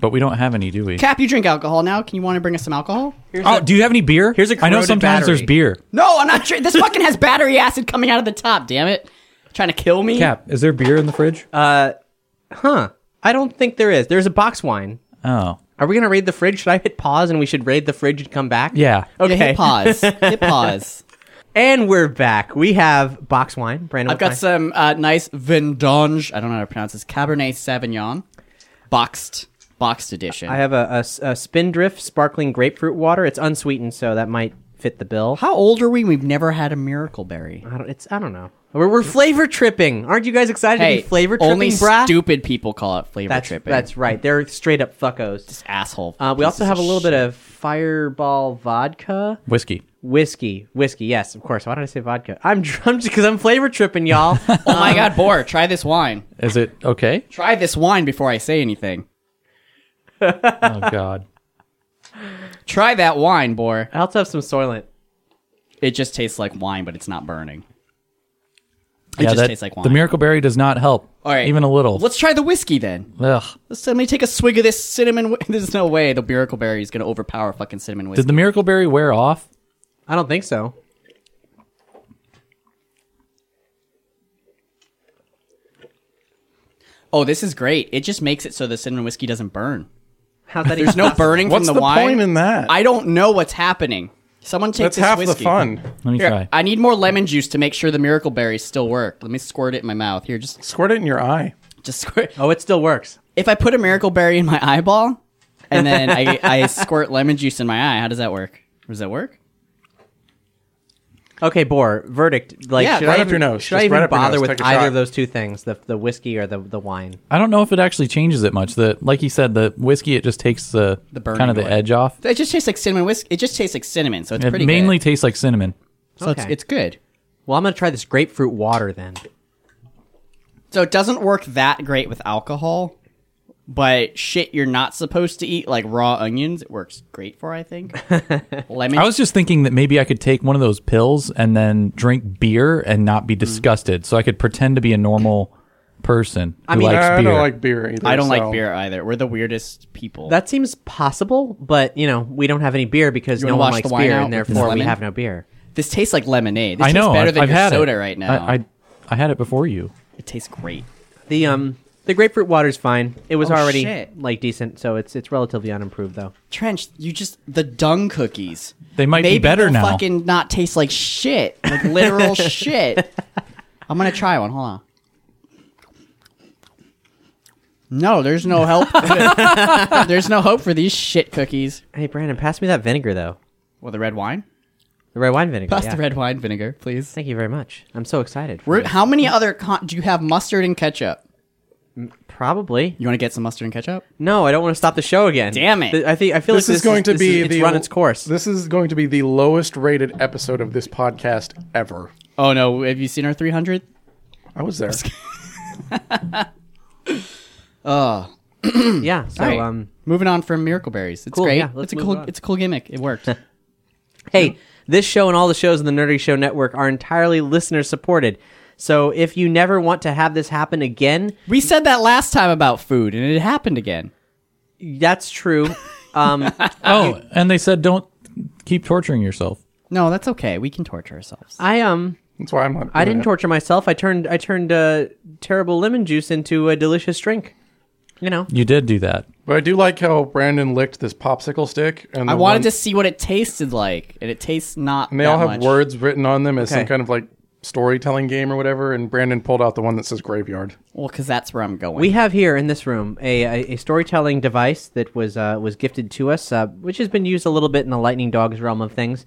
[SPEAKER 2] But we don't have any, do we?
[SPEAKER 10] Cap, you drink alcohol now. Can you want to bring us some alcohol?
[SPEAKER 2] oh, do you have any beer? Here's
[SPEAKER 9] a
[SPEAKER 2] I know
[SPEAKER 9] corroded
[SPEAKER 2] sometimes
[SPEAKER 9] battery.
[SPEAKER 2] there's beer.
[SPEAKER 10] No, I'm not. Dr- this fucking has battery acid coming out of the top. Damn it! Trying to kill me.
[SPEAKER 2] Cap, is there beer in the fridge?
[SPEAKER 10] Uh,
[SPEAKER 9] Huh? I don't think there is. There's a box wine.
[SPEAKER 2] oh,
[SPEAKER 9] Are we gonna raid the fridge? Should I hit pause and we should raid the fridge and come back?
[SPEAKER 2] yeah.
[SPEAKER 10] Yeah,
[SPEAKER 9] Okay.
[SPEAKER 10] hit pause. hit pause.
[SPEAKER 9] [laughs] And we're back. We have box wine. Brandon,
[SPEAKER 10] I've got
[SPEAKER 9] what
[SPEAKER 10] some uh, nice vendange. I don't know how to pronounce this. Cabernet Sauvignon, boxed, boxed edition.
[SPEAKER 9] kind? I have a, a s- a Spindrift sparkling grapefruit water. It's unsweetened, so that might fit the bill.
[SPEAKER 10] how old are we? We've never had a miracle berry.
[SPEAKER 9] I don't, it's I don't know. We're, we're flavor tripping. Aren't you guys excited to be flavor tripping,
[SPEAKER 10] only
[SPEAKER 9] brah?
[SPEAKER 10] stupid people call it flavor
[SPEAKER 9] that's,
[SPEAKER 10] tripping.
[SPEAKER 9] That's right. They're straight up fuckos.
[SPEAKER 10] This asshole.
[SPEAKER 9] Uh, we
[SPEAKER 10] pieces
[SPEAKER 9] also have a
[SPEAKER 10] of
[SPEAKER 9] little
[SPEAKER 10] shit.
[SPEAKER 9] bit of Fireball vodka,
[SPEAKER 2] Whiskey.
[SPEAKER 9] whiskey, whiskey. Yes, of course. Why did I say vodka? [laughs] I'm drunk because I'm flavor tripping, y'all.
[SPEAKER 10] [laughs]
[SPEAKER 9] Um,
[SPEAKER 10] Oh
[SPEAKER 9] uh,
[SPEAKER 10] my god, Bor, try this wine.
[SPEAKER 2] Is it
[SPEAKER 10] [laughs]
[SPEAKER 2] okay?
[SPEAKER 10] Try this wine before I say anything.
[SPEAKER 2] oh God.
[SPEAKER 10] Try that wine, Bor.
[SPEAKER 9] I also have some Soylent.
[SPEAKER 10] It just tastes like wine, but it's not burning. It
[SPEAKER 2] yeah,
[SPEAKER 10] just
[SPEAKER 2] that-
[SPEAKER 10] tastes like wine.
[SPEAKER 2] The miracle berry does not help.
[SPEAKER 10] All right,
[SPEAKER 2] even a little.
[SPEAKER 10] Let's try the whiskey then.
[SPEAKER 2] Ugh.
[SPEAKER 10] Let's uh, let me take a swig of this cinnamon. Whi- [laughs] There's no way the miracle berry is gonna overpower fucking cinnamon whiskey.
[SPEAKER 2] Did the miracle berry wear off?
[SPEAKER 9] I don't think so.
[SPEAKER 10] Oh, this is great. It just makes it so the cinnamon whiskey doesn't burn.
[SPEAKER 9] How
[SPEAKER 10] [laughs]
[SPEAKER 9] that
[SPEAKER 8] [laughs]
[SPEAKER 10] There's no burning from
[SPEAKER 8] What's
[SPEAKER 10] the,
[SPEAKER 8] the
[SPEAKER 10] wine.
[SPEAKER 8] point in that?
[SPEAKER 10] I don't know what's happening. Someone take
[SPEAKER 8] That's
[SPEAKER 10] this
[SPEAKER 8] half the
[SPEAKER 10] whiskey.
[SPEAKER 8] fun. Let me
[SPEAKER 10] Here,
[SPEAKER 8] try.
[SPEAKER 10] I need more lemon juice to make sure the miracle berries still work. Let me squirt it in my mouth. Here, just
[SPEAKER 8] squirt it in your eye.
[SPEAKER 10] Just squirt.
[SPEAKER 9] Oh, it still works.
[SPEAKER 10] If I put a miracle berry in my eyeball and then I,
[SPEAKER 8] [laughs]
[SPEAKER 10] I squirt lemon juice in my eye, how does that work? Does that work?
[SPEAKER 9] Okay, Boar, verdict. Like,
[SPEAKER 10] Yeah,
[SPEAKER 9] should
[SPEAKER 10] right
[SPEAKER 9] I
[SPEAKER 10] up
[SPEAKER 9] even,
[SPEAKER 10] your nose.
[SPEAKER 9] Should I
[SPEAKER 10] Just
[SPEAKER 9] even
[SPEAKER 10] right up your
[SPEAKER 9] bother
[SPEAKER 10] nose.
[SPEAKER 9] with
[SPEAKER 10] Take a
[SPEAKER 9] either
[SPEAKER 10] shot.
[SPEAKER 9] of those two things, the, the whiskey or the, the wine?
[SPEAKER 2] I don't know if it actually changes it much. The like you said, the whiskey it just takes the,
[SPEAKER 10] The burning
[SPEAKER 2] kind of the
[SPEAKER 10] away.
[SPEAKER 2] edge off.
[SPEAKER 10] It just tastes like cinnamon whiskey. It just tastes like cinnamon, so it's
[SPEAKER 2] it
[SPEAKER 10] pretty
[SPEAKER 2] mainly tastes like cinnamon.
[SPEAKER 10] good. So it's, it's good.
[SPEAKER 9] Well, I'm going to try this grapefruit water then.
[SPEAKER 10] So it doesn't work that great with alcohol, but shit you're not supposed to eat, like raw onions, it works great for, I think. Lemon.
[SPEAKER 2] I was just thinking that maybe I could take one of those pills and then drink beer and not be disgusted, so I could pretend to be a normal person. Who likes beer.
[SPEAKER 10] I don't like beer either. We're the weirdest people.
[SPEAKER 9] That seems possible, but, you know, we don't have any beer because
[SPEAKER 10] You
[SPEAKER 9] no
[SPEAKER 10] wanna
[SPEAKER 9] one
[SPEAKER 10] wash the
[SPEAKER 9] likes
[SPEAKER 10] wine
[SPEAKER 9] beer,
[SPEAKER 10] out
[SPEAKER 9] and
[SPEAKER 10] with
[SPEAKER 9] therefore we
[SPEAKER 10] lemon?
[SPEAKER 9] have no beer.
[SPEAKER 10] This tastes like lemonade. This
[SPEAKER 2] I know.
[SPEAKER 10] tastes better
[SPEAKER 2] I've,
[SPEAKER 10] than
[SPEAKER 2] I've
[SPEAKER 10] your
[SPEAKER 2] had
[SPEAKER 10] soda
[SPEAKER 2] it.
[SPEAKER 10] right now.
[SPEAKER 2] I, I I had it before you.
[SPEAKER 10] it tastes great.
[SPEAKER 9] The um the grapefruit water's fine. It was
[SPEAKER 10] Oh,
[SPEAKER 9] already
[SPEAKER 10] shit.
[SPEAKER 9] like decent, so it's it's relatively unimproved though.
[SPEAKER 10] Trench, you just the dung cookies.
[SPEAKER 2] They might be
[SPEAKER 10] Maybe
[SPEAKER 2] better
[SPEAKER 10] they'll
[SPEAKER 2] now.
[SPEAKER 10] Fucking not taste like shit,
[SPEAKER 9] [laughs]
[SPEAKER 10] like literal shit. I'm gonna try one. Hold on. No, there's
[SPEAKER 9] [laughs]
[SPEAKER 10] no help. there's no hope for these shit cookies.
[SPEAKER 9] Hey Brandon, pass me that vinegar though.
[SPEAKER 10] Well, the red wine.
[SPEAKER 9] The red wine vinegar.
[SPEAKER 10] Pass
[SPEAKER 9] yeah.
[SPEAKER 10] the red wine vinegar, please.
[SPEAKER 9] Thank you very much. I'm so excited. for
[SPEAKER 10] We're,
[SPEAKER 9] this.
[SPEAKER 10] how many other con- do you have? Mustard and ketchup.
[SPEAKER 9] Probably.
[SPEAKER 10] You want to get some mustard and ketchup?
[SPEAKER 9] No, I don't want to stop the show again.
[SPEAKER 10] Damn it.
[SPEAKER 9] Th- I think I feel
[SPEAKER 8] this,
[SPEAKER 9] like
[SPEAKER 8] is going to
[SPEAKER 9] this
[SPEAKER 8] be
[SPEAKER 9] is, it's
[SPEAKER 8] the
[SPEAKER 9] run its course.
[SPEAKER 8] This is going to be the lowest rated episode of this podcast ever.
[SPEAKER 10] Oh no! Have you seen our 300?
[SPEAKER 8] I was there.
[SPEAKER 10] Oh.
[SPEAKER 8] Mm.
[SPEAKER 9] yeah. So
[SPEAKER 10] All right.
[SPEAKER 9] um
[SPEAKER 10] moving on from Miracle Berries. It's
[SPEAKER 9] Cool,
[SPEAKER 10] great.
[SPEAKER 9] yeah, let's
[SPEAKER 10] it's a
[SPEAKER 9] move
[SPEAKER 10] cool.
[SPEAKER 9] on.
[SPEAKER 10] It's a cool gimmick.
[SPEAKER 9] [laughs]
[SPEAKER 10] It worked.
[SPEAKER 9] Hey, this show and all the shows in the Nerdy Show Network are entirely listener supported. So if you never want to have this happen again,
[SPEAKER 10] we said that last time about food, and it happened again.
[SPEAKER 9] that's true.
[SPEAKER 10] [laughs]
[SPEAKER 9] Um,
[SPEAKER 2] Oh, and they said don't keep torturing yourself.
[SPEAKER 10] No, that's okay. We can torture ourselves.
[SPEAKER 9] I um
[SPEAKER 8] That's why I'm not.
[SPEAKER 9] I
[SPEAKER 8] doing
[SPEAKER 9] didn't
[SPEAKER 8] it.
[SPEAKER 9] torture myself. I turned I turned uh, terrible lemon juice into a delicious drink. You know.
[SPEAKER 2] You did do that.
[SPEAKER 8] But I do like how Brandon licked this popsicle stick, and
[SPEAKER 10] I
[SPEAKER 8] the
[SPEAKER 10] wanted
[SPEAKER 8] one-
[SPEAKER 10] to see what it tasted like, and it tastes not.
[SPEAKER 8] And they all
[SPEAKER 10] that
[SPEAKER 8] have
[SPEAKER 10] much.
[SPEAKER 8] words written on them as some
[SPEAKER 10] Okay.
[SPEAKER 8] kind of like storytelling game or whatever. And Brandon pulled out the one that says graveyard.
[SPEAKER 10] Well, because that's where I'm going.
[SPEAKER 9] We have here in this room a, a, a storytelling device that was uh, was gifted to us, uh, which has been used a little bit in the Lightning Dogs realm of things.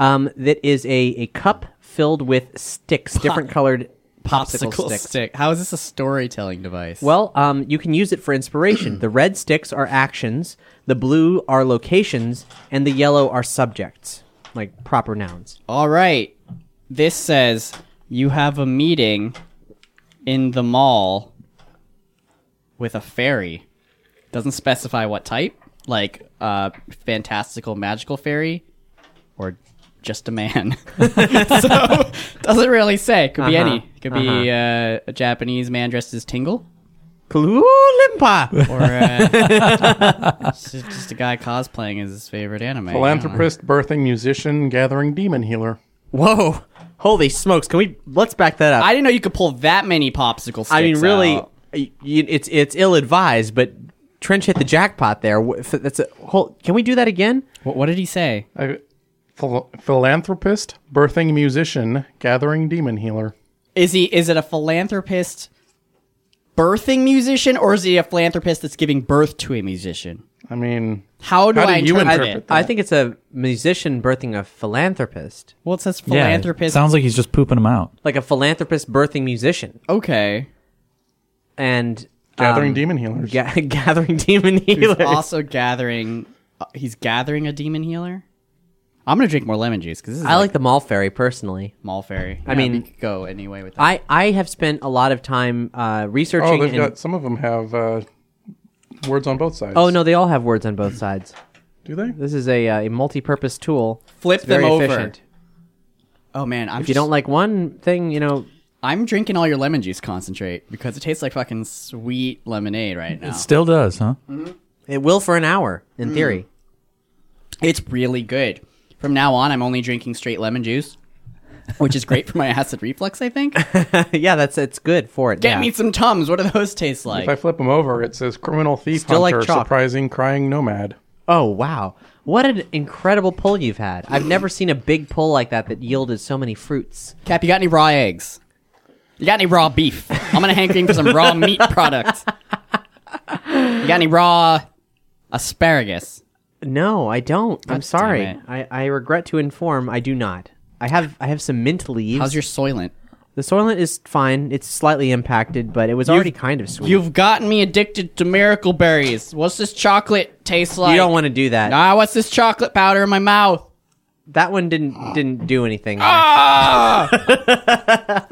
[SPEAKER 9] Um, that is a, a cup filled with sticks, different colored popsicle,
[SPEAKER 10] popsicle
[SPEAKER 9] sticks.
[SPEAKER 10] stick. How is this a storytelling device?
[SPEAKER 9] Well, um, you can use it for inspiration. the red sticks are actions, the blue are locations, and the yellow are subjects, like proper nouns.
[SPEAKER 10] All right. This says you have a meeting in the mall with a fairy. Doesn't specify what type, like uh, fantastical magical fairy or just a man. [laughs] so doesn't really say. Could be
[SPEAKER 9] Uh-huh,
[SPEAKER 10] any. Could be uh, a Japanese man dressed as Tingle.
[SPEAKER 9] Kalulimpa!
[SPEAKER 10] Or uh, it's just just a guy cosplaying as his favorite anime. I don't know.
[SPEAKER 8] Philanthropist, birthing musician, gathering demon healer.
[SPEAKER 9] [laughs] Whoa! Holy smokes! Can we let's back that up?
[SPEAKER 10] I didn't know you could pull that many popsicle sticks.
[SPEAKER 9] I mean, really,
[SPEAKER 10] out.
[SPEAKER 9] y- y- it's it's ill advised, but Trench hit the jackpot there. Wh- f- That's a whole. Can we do that again?
[SPEAKER 10] What, what did he say?
[SPEAKER 8] I, phil- philanthropist, birthing musician, gathering demon healer.
[SPEAKER 10] Is he? Is it a philanthropist, birthing musician, or is he a philanthropist that's giving birth to a musician?
[SPEAKER 8] I mean,
[SPEAKER 10] How do,
[SPEAKER 8] How do
[SPEAKER 10] I
[SPEAKER 8] you
[SPEAKER 10] interpret,
[SPEAKER 8] interpret
[SPEAKER 10] it?
[SPEAKER 9] I think it's a musician birthing a philanthropist,
[SPEAKER 10] Well, it says
[SPEAKER 2] Yeah, it
[SPEAKER 10] philanthropist.
[SPEAKER 2] sounds like he's just pooping them out.
[SPEAKER 9] like a philanthropist birthing musician,
[SPEAKER 10] okay.
[SPEAKER 9] and [laughs]
[SPEAKER 8] gathering
[SPEAKER 9] um,
[SPEAKER 8] demon healers.
[SPEAKER 9] ga- gathering demon
[SPEAKER 10] He's
[SPEAKER 9] healers.
[SPEAKER 10] also gathering. uh, he's gathering a demon healer. I'm gonna drink more lemon juice because this is
[SPEAKER 9] I like the mall fairy personally.
[SPEAKER 10] mall fairy.
[SPEAKER 9] I
[SPEAKER 10] Yeah,
[SPEAKER 9] mean-
[SPEAKER 10] we could go anyway with that.
[SPEAKER 9] I, I have spent a lot of time uh,
[SPEAKER 8] Oh,
[SPEAKER 9] researching.
[SPEAKER 8] they've
[SPEAKER 9] and,
[SPEAKER 8] got some of them have uh, words on both sides.
[SPEAKER 9] oh no, they all have words on both sides.
[SPEAKER 8] do they?
[SPEAKER 9] This is a, uh, a multi-purpose tool.
[SPEAKER 10] Flip
[SPEAKER 9] It's
[SPEAKER 10] them
[SPEAKER 9] very
[SPEAKER 10] over.
[SPEAKER 9] efficient.
[SPEAKER 10] oh man, I'm
[SPEAKER 9] If you don't like one thing, you know,
[SPEAKER 10] I'm drinking all your lemon juice concentrate because it tastes like fucking sweet lemonade right now.
[SPEAKER 2] It still does, huh?
[SPEAKER 9] it will for an hour in theory. [laughs]
[SPEAKER 10] It's really good. From now on, I'm only drinking straight lemon juice. which is great for my [laughs] acid reflux, I think.
[SPEAKER 9] yeah, that's it's good for it.
[SPEAKER 10] Get
[SPEAKER 9] yeah.
[SPEAKER 10] me some Tums. What do those taste like?
[SPEAKER 8] If I flip them over, it says criminal thief
[SPEAKER 9] Still like
[SPEAKER 8] hunter,
[SPEAKER 9] chalk.
[SPEAKER 8] surprising crying nomad.
[SPEAKER 9] Oh wow. What an incredible pull you've had. I've never seen a big pull like that that yielded so many fruits.
[SPEAKER 10] Cap, you got any raw eggs? You got any raw beef? I'm gonna hankering for some raw meat products. You got any raw asparagus?
[SPEAKER 9] No, I don't.
[SPEAKER 10] God damn
[SPEAKER 9] I'm sorry.
[SPEAKER 10] it.
[SPEAKER 9] I, I regret to inform I do not. I have I have some mint leaves.
[SPEAKER 10] How's your soylent?
[SPEAKER 9] The soylent is fine. It's slightly impacted, but it was
[SPEAKER 10] You've-
[SPEAKER 9] already kind of sweet.
[SPEAKER 10] You've gotten me addicted to miracle berries. What's this chocolate taste like?
[SPEAKER 9] you don't want to do that.
[SPEAKER 10] Ah, what's this chocolate powder in my mouth?
[SPEAKER 9] That one didn't didn't do anything.
[SPEAKER 10] Ah!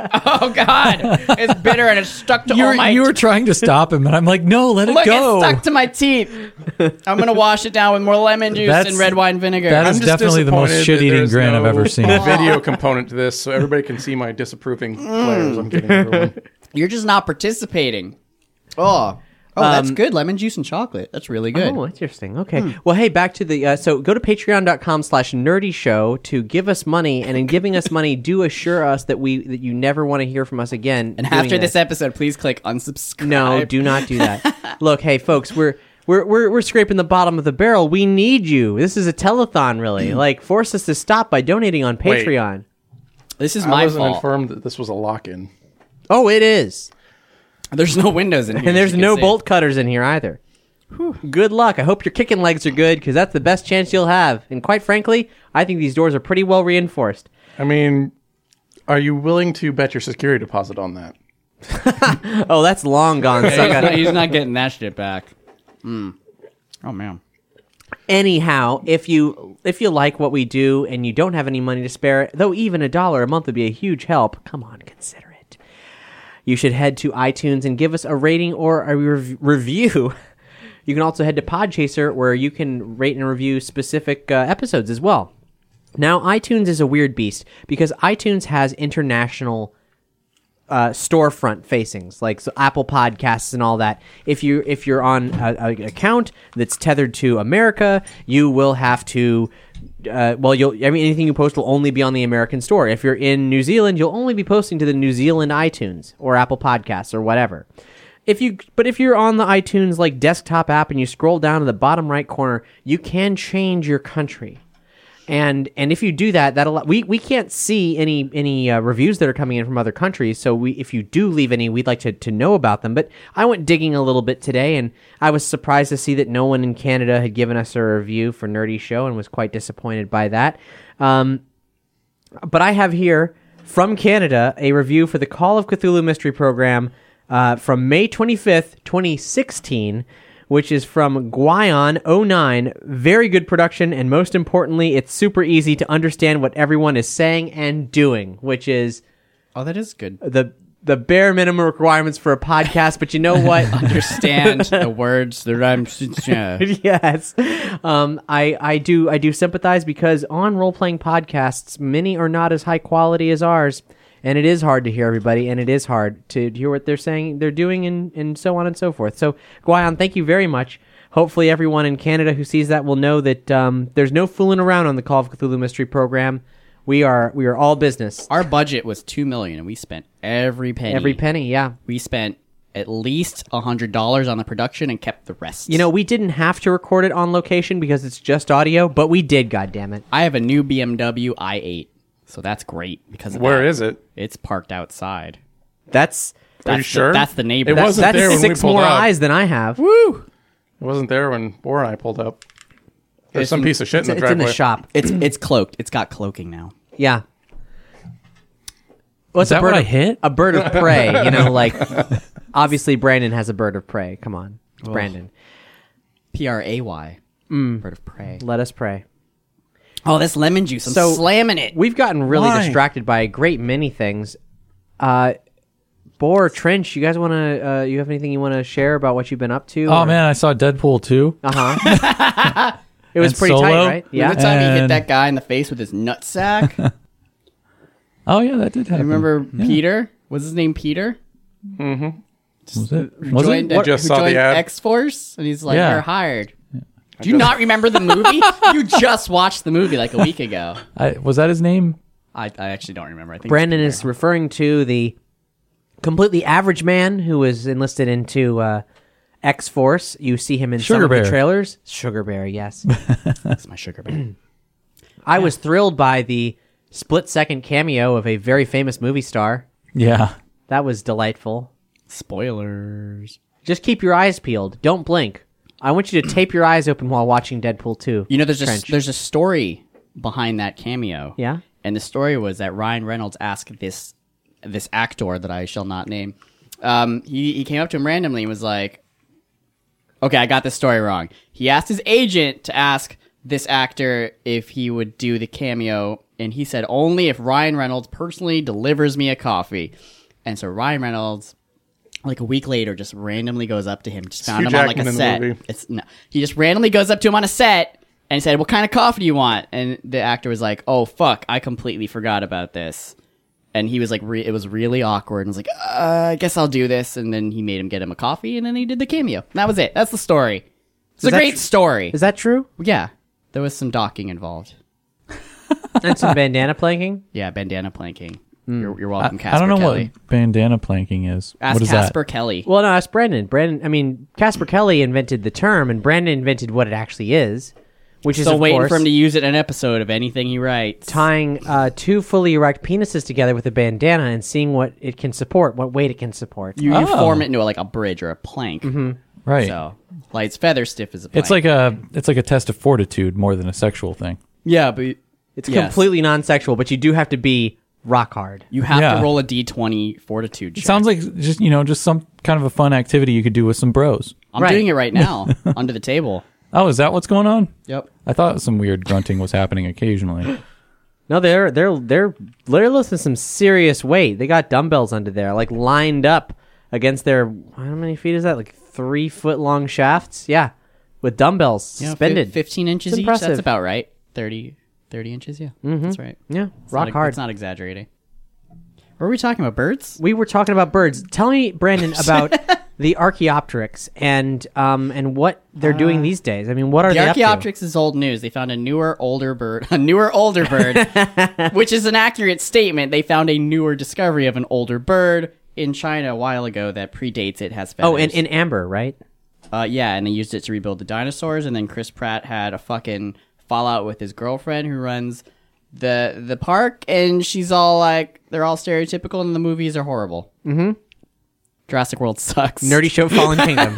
[SPEAKER 10] [laughs] oh God, it's bitter and it's stuck to
[SPEAKER 2] you
[SPEAKER 10] all
[SPEAKER 2] were,
[SPEAKER 10] my.
[SPEAKER 2] you were trying to stop him, and I'm like, no, let it
[SPEAKER 10] Look,
[SPEAKER 2] go.
[SPEAKER 10] it's stuck to my teeth. I'm gonna wash it down with more lemon juice
[SPEAKER 2] That's-
[SPEAKER 10] and red wine vinegar.
[SPEAKER 2] that is
[SPEAKER 8] I'm just
[SPEAKER 2] definitely the most
[SPEAKER 8] disappointed
[SPEAKER 2] shit
[SPEAKER 8] that
[SPEAKER 2] eating
[SPEAKER 8] there's
[SPEAKER 2] grin I've
[SPEAKER 8] no
[SPEAKER 2] ever [laughs] seen.
[SPEAKER 8] Video component to this, so everybody can see my disapproving
[SPEAKER 9] Mm.
[SPEAKER 8] glares.
[SPEAKER 9] [laughs]
[SPEAKER 8] I'm getting everyone.
[SPEAKER 10] You're just not participating. Oh, oh, that's
[SPEAKER 9] Um,
[SPEAKER 10] good. Lemon juice and chocolate. That's really good. Hmm.
[SPEAKER 9] Oh, interesting. Okay. Well, hey, back to the uh, so go to patreon.com slash nerdy show to give us money, and in giving us money, do assure us that we that you never want to hear from us again.
[SPEAKER 10] and
[SPEAKER 9] doing
[SPEAKER 10] after this episode, please click unsubscribe.
[SPEAKER 9] no, do not do
[SPEAKER 10] [laughs]
[SPEAKER 9] that. Look, hey, folks, we're. We're, we're, we're scraping the bottom of the barrel. We need you. This is a telethon,
[SPEAKER 10] [clears throat]
[SPEAKER 9] really. Like, force us to stop by donating on
[SPEAKER 8] Wait.
[SPEAKER 9] Patreon.
[SPEAKER 10] This is
[SPEAKER 8] I
[SPEAKER 10] my
[SPEAKER 8] wasn't
[SPEAKER 10] fault.
[SPEAKER 8] informed that this was a lock-in.
[SPEAKER 9] Oh, it is.
[SPEAKER 10] There's no
[SPEAKER 9] [laughs]
[SPEAKER 10] windows in here.
[SPEAKER 9] And
[SPEAKER 10] as
[SPEAKER 9] there's
[SPEAKER 10] you can
[SPEAKER 9] no
[SPEAKER 10] see.
[SPEAKER 9] bolt cutters in here either. Good luck. I hope your kicking legs are good because that's the best chance you'll have. And quite frankly, I think these doors are pretty well reinforced.
[SPEAKER 8] I mean, are you willing to bet your security deposit on that?
[SPEAKER 9] Oh, that's long gone. [laughs]
[SPEAKER 10] He's not,
[SPEAKER 9] sucker.
[SPEAKER 10] he's not getting that shit back. Mm. Oh man.
[SPEAKER 9] Anyhow, if you if you like what we do and you don't have any money to spare, though even a dollar a month would be a huge help. Come on, consider it. You should head to iTunes and give us a rating or a rev- review. [laughs] You can also head to Podchaser where you can rate and review specific uh, episodes as well. Now, iTunes is a weird beast because iTunes has international uh, storefront facings, like so Apple Podcasts and all that. If you if you're on a, a- an account that's tethered to America, you will have to. Uh, well, you'll. I mean, anything you post will only be on the American store. If you're in New Zealand, you'll only be posting to the New Zealand iTunes or Apple Podcasts or whatever. If you, but if you're on the iTunes like desktop app and you scroll down to the bottom right corner, you can change your country and and if you do that that will we we can't see any any uh, reviews that are coming in from other countries so we if you do leave any we'd like to, to know about them but i went digging a little bit today and i was surprised to see that no one in canada had given us a review for nerdy show and was quite disappointed by that um, but i have here from canada a review for the call of cthulhu mystery program uh, from may 25th 2016 which is from Guion 09. Very good production, and most importantly, it's super easy to understand what everyone is saying and doing, which is
[SPEAKER 10] Oh, that is good.
[SPEAKER 9] the the bare minimum requirements for a podcast. But you know what? [laughs]
[SPEAKER 10] Understand the words that I'm. Yeah.
[SPEAKER 9] yes, um, I I do I do sympathize because on role playing podcasts, many are not as high quality as ours. And it is hard to hear everybody, and it is hard to hear what they're saying, they're doing, and, and so on and so forth. So, Guion, thank you very much. Hopefully, everyone in Canada who sees that will know that um, there's no fooling around on the Call of Cthulhu Mystery Program. We are we are all business,
[SPEAKER 10] Our budget was two million, and we spent every penny.
[SPEAKER 9] every penny. Yeah,
[SPEAKER 10] We spent at least a hundred dollars on the production and kept the rest.
[SPEAKER 9] You know, we didn't have to record it on location because it's just audio, but we did, goddammit.
[SPEAKER 10] I have a new BMW i8, so that's great because of
[SPEAKER 8] Where
[SPEAKER 10] that.
[SPEAKER 8] is it?
[SPEAKER 10] It's parked outside.
[SPEAKER 9] That's
[SPEAKER 10] That's
[SPEAKER 8] you
[SPEAKER 10] the,
[SPEAKER 8] sure?
[SPEAKER 10] That's the neighbor.
[SPEAKER 8] It
[SPEAKER 10] That's-
[SPEAKER 8] wasn't
[SPEAKER 9] that's
[SPEAKER 8] there when we
[SPEAKER 9] six
[SPEAKER 8] pulled
[SPEAKER 9] more
[SPEAKER 8] up.
[SPEAKER 9] eyes than I have.
[SPEAKER 8] It wasn't there when Bor and I pulled up. There's some piece of shit
[SPEAKER 9] It's,
[SPEAKER 8] in the
[SPEAKER 9] it's in
[SPEAKER 8] driveway.
[SPEAKER 9] the shop.
[SPEAKER 10] It's it's cloaked. It's got cloaking now.
[SPEAKER 9] Yeah. What's
[SPEAKER 2] that
[SPEAKER 9] a bird
[SPEAKER 2] what I
[SPEAKER 9] of,
[SPEAKER 2] hit?
[SPEAKER 9] A bird of prey, you know, like obviously Brandon has a bird of prey. Come on. It's Brandon.
[SPEAKER 10] P R A Y.
[SPEAKER 9] Mm.
[SPEAKER 10] Bird of prey.
[SPEAKER 9] Let us pray.
[SPEAKER 10] Oh, this lemon juice. I'm
[SPEAKER 9] So-
[SPEAKER 10] slamming it.
[SPEAKER 9] We've gotten really
[SPEAKER 8] Why?
[SPEAKER 9] distracted by a great many things. Uh Boar, Trench, you guys want to? Uh, you have anything you want to share about what you've been up to?
[SPEAKER 2] oh man, I saw Deadpool too.
[SPEAKER 9] uh huh. it was
[SPEAKER 2] And
[SPEAKER 9] pretty tight,
[SPEAKER 2] Solo?
[SPEAKER 9] right?
[SPEAKER 10] Remember the time he hit
[SPEAKER 2] And-
[SPEAKER 10] that guy in the face with his nutsack?
[SPEAKER 2] Oh yeah, that did happen.
[SPEAKER 10] Remember Peter? Was his name Peter?
[SPEAKER 2] Was it? Was it?
[SPEAKER 10] Joined-
[SPEAKER 8] I just
[SPEAKER 10] who
[SPEAKER 8] saw the
[SPEAKER 10] joined
[SPEAKER 8] ad.
[SPEAKER 10] X Force, and he's like,
[SPEAKER 2] Yeah.
[SPEAKER 10] "You're hired." [laughs] Do you not remember the movie? you just watched the movie like a week ago.
[SPEAKER 2] I, was that his name?
[SPEAKER 10] I, I actually don't remember. I think it's
[SPEAKER 9] Brandon
[SPEAKER 10] Peter.
[SPEAKER 9] is referring to the completely average man who was enlisted into uh, X Force. You see him in some
[SPEAKER 10] Sugar
[SPEAKER 9] of
[SPEAKER 10] Bear.
[SPEAKER 9] the trailers. Sugar Bear,
[SPEAKER 10] [laughs]
[SPEAKER 9] yes.
[SPEAKER 10] That's my sugar bear.
[SPEAKER 9] I was thrilled by the split second cameo of a very famous movie star.
[SPEAKER 2] Yeah.
[SPEAKER 9] That was delightful.
[SPEAKER 10] Spoilers.
[SPEAKER 9] Just keep your eyes peeled. Don't blink. I want you to tape your eyes open while watching Deadpool 2.
[SPEAKER 10] You know, there's a,
[SPEAKER 9] Trench.
[SPEAKER 10] there's a story behind that cameo.
[SPEAKER 9] Yeah?
[SPEAKER 10] And the story was that Ryan Reynolds asked this this actor that I shall not name. Um, he, he came up to him randomly and was like, "Okay, I got this story wrong." He asked his agent to ask this actor if he would do the cameo, and he said only if Ryan Reynolds personally delivers me a coffee. And so Ryan Reynolds like a week later just randomly goes up to him just found
[SPEAKER 4] Hugh
[SPEAKER 10] him on
[SPEAKER 4] Jackman
[SPEAKER 10] like a
[SPEAKER 4] in the
[SPEAKER 10] set
[SPEAKER 4] movie.
[SPEAKER 10] it's no, he just randomly goes up to him on a set and said what kind of coffee do you want and the actor was like oh fuck i completely forgot about this and he was like re- it was really awkward and was like uh, i guess i'll do this and then he made him get him a coffee and then he did the cameo and that was it that's the story it's
[SPEAKER 9] Is
[SPEAKER 10] a
[SPEAKER 9] that
[SPEAKER 10] great
[SPEAKER 9] tr-
[SPEAKER 10] story
[SPEAKER 9] Is that true?
[SPEAKER 10] yeah there was some docking involved
[SPEAKER 9] and
[SPEAKER 10] [laughs]
[SPEAKER 9] some bandana planking?
[SPEAKER 10] yeah bandana planking
[SPEAKER 4] Hmm.
[SPEAKER 9] Mm.
[SPEAKER 10] you're, you're
[SPEAKER 2] I,
[SPEAKER 10] welcome casper
[SPEAKER 2] I don't know
[SPEAKER 10] Kelly.
[SPEAKER 2] what bandana planking is.
[SPEAKER 10] Ask
[SPEAKER 2] what is
[SPEAKER 10] Casper Kelly.
[SPEAKER 9] Well, no, ask Brandon. Brandon, I mean, Casper Kelly invented the term, and Brandon invented what it actually is, which is
[SPEAKER 10] still
[SPEAKER 9] of
[SPEAKER 10] waiting
[SPEAKER 9] course,
[SPEAKER 10] for him to use it in an episode of anything he writes
[SPEAKER 9] tying uh, two fully erect penises together with a bandana and seeing what it can support, what weight it can support.
[SPEAKER 10] You, you form it into like a bridge or a plank. Mm-hmm.
[SPEAKER 2] Right.
[SPEAKER 10] So light's feather stiff as a
[SPEAKER 2] that?
[SPEAKER 10] plank.
[SPEAKER 2] It's like a it's like a test of fortitude more than a sexual thing.
[SPEAKER 10] yeah, but
[SPEAKER 9] It's
[SPEAKER 10] yes.
[SPEAKER 9] completely non-sexual, but you do have to be rock hard.
[SPEAKER 10] You have
[SPEAKER 2] Yeah.
[SPEAKER 10] to roll a d20 fortitude.
[SPEAKER 2] It
[SPEAKER 10] check.
[SPEAKER 2] sounds like just you know just some kind of a fun activity you could do with some bros.
[SPEAKER 10] I'm doing it right now under the table.
[SPEAKER 2] Oh, is that what's going on?
[SPEAKER 10] Yep.
[SPEAKER 2] I thought some weird grunting was happening occasionally.
[SPEAKER 9] No, they're they're they're they're lifting some serious weight. They got dumbbells under there, like lined up against their how many feet is that? Like three foot long shafts. Yeah, with dumbbells
[SPEAKER 10] You know, fif-
[SPEAKER 9] suspended,
[SPEAKER 10] 15 inches
[SPEAKER 9] It's
[SPEAKER 10] each.
[SPEAKER 9] impressive.
[SPEAKER 10] That's about right. 30, 30 inches. Yeah, that's right.
[SPEAKER 9] Yeah,
[SPEAKER 10] It's
[SPEAKER 9] rock
[SPEAKER 10] not,
[SPEAKER 9] hard.
[SPEAKER 10] It's not exaggerating. What were we talking about? Birds?
[SPEAKER 9] We were talking about birds. Tell me,
[SPEAKER 10] [laughs]
[SPEAKER 9] Brandon, about the Archaeopteryx and um and what they're doing these days. I mean, what are
[SPEAKER 10] Uh, the
[SPEAKER 9] they up to?
[SPEAKER 10] Archaeopteryx is old news. They found a newer, older bird, [laughs] a newer, older
[SPEAKER 9] [laughs]
[SPEAKER 10] bird, which is an accurate statement. They found a newer discovery of an older bird in China a while ago that predates it. Has feathers.
[SPEAKER 9] Oh, and in amber, right?
[SPEAKER 10] uh, yeah, and they used it to rebuild the dinosaurs. And then Chris Pratt had a fucking fallout with his girlfriend who runs the the park, and she's all like, they're all stereotypical, and the movies are horrible.
[SPEAKER 9] Mm-hmm.
[SPEAKER 10] Jurassic World sucks.
[SPEAKER 9] Nerdy show, Fallen Kingdom.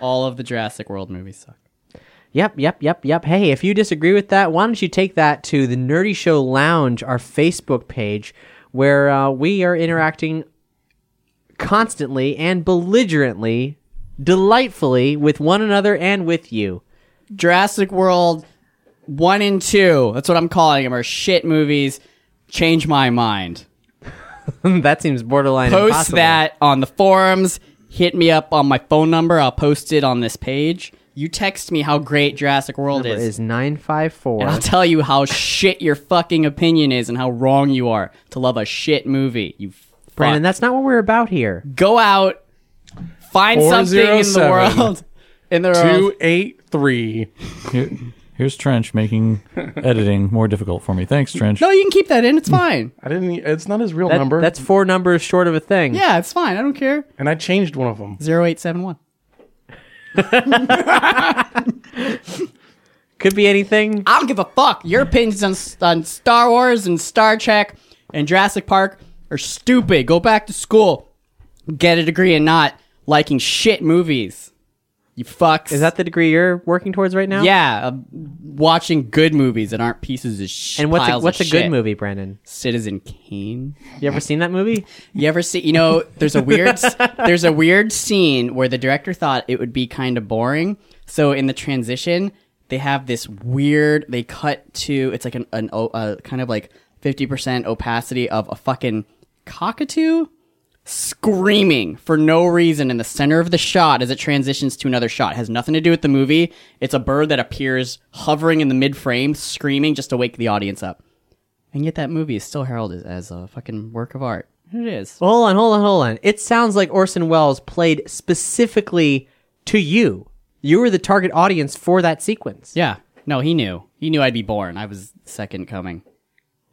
[SPEAKER 10] all of the Jurassic World movies suck.
[SPEAKER 9] [laughs] Yep, yep, yep, yep. Hey, if you disagree with that, why don't you take that to the Nerdy Show Lounge, our Facebook page, where uh, we are interacting constantly and belligerently, delightfully with one another and with you. [laughs]
[SPEAKER 10] Jurassic World one and two. That's what I'm calling them. Are shit movies. Change my mind.
[SPEAKER 9] that seems borderline.
[SPEAKER 10] Post
[SPEAKER 9] impossible.
[SPEAKER 10] that on the forums. Hit me up on my phone number. I'll post it on this page. You text me how great Jurassic World
[SPEAKER 9] number
[SPEAKER 10] is,
[SPEAKER 9] is nine five four.
[SPEAKER 10] and I'll tell you how shit your fucking opinion is, and how wrong you are to love a shit movie. You fuck.
[SPEAKER 9] Brandon, that's not what we're about here.
[SPEAKER 10] go out, find something in the
[SPEAKER 8] 407.
[SPEAKER 10] world. [laughs] In the world.
[SPEAKER 8] Two eight three.
[SPEAKER 2] Here, here's Trench making editing more difficult for me. Thanks, Trench.
[SPEAKER 10] No, you can keep that in. It's fine.
[SPEAKER 8] I didn't. e- It's not his real
[SPEAKER 9] That-
[SPEAKER 8] number.
[SPEAKER 9] That's four numbers short of a thing.
[SPEAKER 10] Yeah, it's fine. I don't care.
[SPEAKER 8] and I changed one of them.
[SPEAKER 10] Zero eight seven one.
[SPEAKER 9] Could be anything.
[SPEAKER 10] I don't give a fuck. Your opinions on, on Star Wars and Star Trek and Jurassic Park are stupid. Go back to school, get a degree, and not liking shit movies. You fucks.
[SPEAKER 9] Is that the degree you're working towards right now?
[SPEAKER 10] yeah? uh, watching good movies that aren't pieces of shit.
[SPEAKER 9] And what's a, what's a good movie, Brandon?
[SPEAKER 10] Citizen Kane.
[SPEAKER 9] You [laughs] ever seen that movie?
[SPEAKER 10] You ever see? You know, there's a weird there's a weird scene where the director thought it would be kind of boring. So in the transition, they have this weird. They cut to it's like an an o- uh, kind of like fifty percent opacity of a fucking cockatoo screaming for no reason in the center of the shot as it transitions to another shot. It has nothing to do with the movie. It's a bird that appears hovering in the mid frame, screaming just to wake the audience up. And yet that movie is still heralded as a fucking work of art. It is.
[SPEAKER 9] Well, hold on, hold on, hold on. It sounds like Orson Welles played specifically to you. You were the target audience for that sequence.
[SPEAKER 10] Yeah. No, he knew. He knew I'd be born. I was second coming.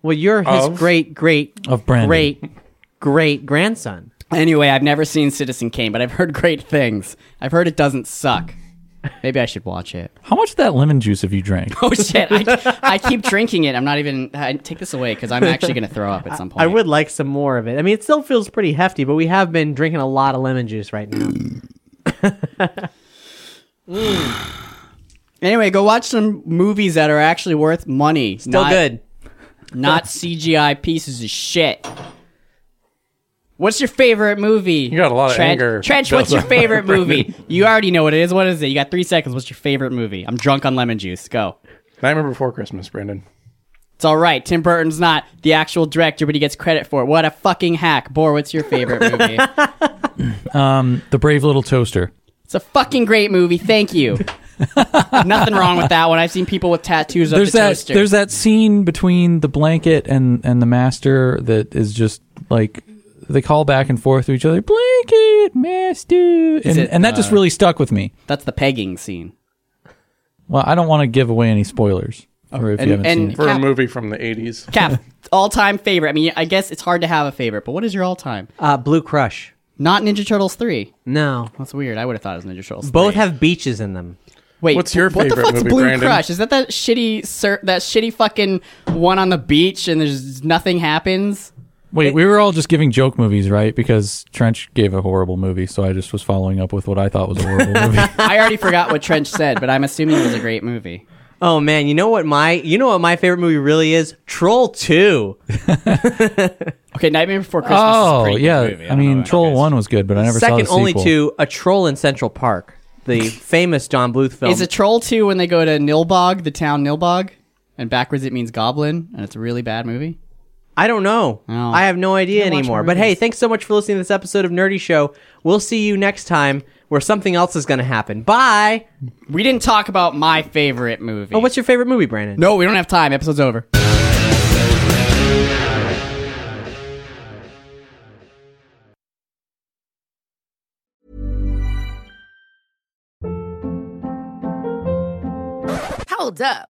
[SPEAKER 9] Well, you're his
[SPEAKER 10] Of?
[SPEAKER 9] great, great,
[SPEAKER 2] of
[SPEAKER 10] Brandon.
[SPEAKER 9] great, great grandson.
[SPEAKER 10] Anyway, I've never seen Citizen Kane, but I've heard great things. I've heard it doesn't suck. Maybe I should watch it. [laughs]
[SPEAKER 2] How much of that lemon juice have you drank?
[SPEAKER 10] Oh shit! I, I keep drinking it. I'm not even. I, take this away because I'm actually going to throw up at some point.
[SPEAKER 9] I would like some more of it. I mean, it still feels pretty hefty, but we have been drinking a lot of lemon juice right now.
[SPEAKER 10] Anyway, go watch some movies that are actually worth money.
[SPEAKER 9] Still good.
[SPEAKER 10] Not CGI pieces of shit. What's your favorite movie? You got a lot
[SPEAKER 8] of anger
[SPEAKER 10] Trench,
[SPEAKER 8] built
[SPEAKER 10] what's your
[SPEAKER 8] up.
[SPEAKER 10] favorite movie? You already know what it is. What is it? You got three seconds. What's your favorite movie? I'm drunk on lemon juice. Go.
[SPEAKER 8] Nightmare Before Christmas, Brandon.
[SPEAKER 10] It's all right. Tim Burton's not the actual director, but he gets credit for it. What a fucking hack. Bor, what's your favorite movie?
[SPEAKER 2] Um, the brave little toaster.
[SPEAKER 10] it's a fucking great movie. Thank you. Nothing wrong with that one. I've seen people with tattoos of
[SPEAKER 2] There's
[SPEAKER 10] the
[SPEAKER 2] that
[SPEAKER 10] toaster.
[SPEAKER 2] there's that scene between the blanket and and the master that is just like they call back and forth to each other. Blanket master,
[SPEAKER 10] Is
[SPEAKER 2] and,
[SPEAKER 10] it,
[SPEAKER 2] and that just
[SPEAKER 10] uh,
[SPEAKER 2] really stuck with me.
[SPEAKER 10] That's the pegging scene.
[SPEAKER 2] Well, I don't want to give away any spoilers. Or if
[SPEAKER 10] Oh, and-
[SPEAKER 2] you haven't
[SPEAKER 10] and
[SPEAKER 2] seen it.
[SPEAKER 8] For
[SPEAKER 9] Ah.
[SPEAKER 10] Cap-
[SPEAKER 8] a movie from the 80s.
[SPEAKER 10] Cap, all time favorite. I mean, I guess it's hard to have a favorite, but what is your all time?
[SPEAKER 9] Uh, Blue Crush.
[SPEAKER 10] Not Ninja Turtles 3.
[SPEAKER 9] No.
[SPEAKER 10] That's weird. I would have thought it was Ninja Turtles
[SPEAKER 9] Both
[SPEAKER 10] 3.
[SPEAKER 9] have beaches in them.
[SPEAKER 10] Wait,
[SPEAKER 9] What's your
[SPEAKER 10] what the
[SPEAKER 9] favorite
[SPEAKER 10] fuck's
[SPEAKER 9] movie,
[SPEAKER 10] Blue
[SPEAKER 9] Brandon?
[SPEAKER 10] Crush? Is that that shitty sir, that shitty fucking one on the beach and there's nothing happens?
[SPEAKER 2] Wait, we were all just giving joke movies, right? Because Trench gave a horrible movie, so I just was following up with what I thought was a
[SPEAKER 10] [laughs]
[SPEAKER 2] horrible movie.
[SPEAKER 10] I already forgot what Trench said, but I'm assuming it was a great movie.
[SPEAKER 9] Oh man, you know what my you know what my favorite movie really is? Troll Two.
[SPEAKER 10] Okay, Nightmare Before Christmas. is a
[SPEAKER 2] Oh
[SPEAKER 10] pretty good
[SPEAKER 2] yeah,
[SPEAKER 10] movie.
[SPEAKER 2] I, mean Troll One was good, but I never
[SPEAKER 9] Second
[SPEAKER 2] saw the
[SPEAKER 9] only
[SPEAKER 2] sequel.
[SPEAKER 9] to A Troll in Central Park,
[SPEAKER 2] [laughs]
[SPEAKER 9] the famous John Bluth film.
[SPEAKER 10] Is a troll two when they go to Nilbog, the town Nilbog, and backwards it means goblin, and it's a really bad movie?
[SPEAKER 9] I don't know. I have no idea
[SPEAKER 10] Can't watch
[SPEAKER 9] anymore. But
[SPEAKER 10] movies.
[SPEAKER 9] hey, thanks so much for listening to this episode of Nerdy Show. We'll see you next time where something else is going to happen. Bye.
[SPEAKER 10] We didn't talk about my favorite movie.
[SPEAKER 9] Oh, what's your favorite movie, Brandon?
[SPEAKER 10] No, we don't have time. Episode's over.
[SPEAKER 12] Hold up.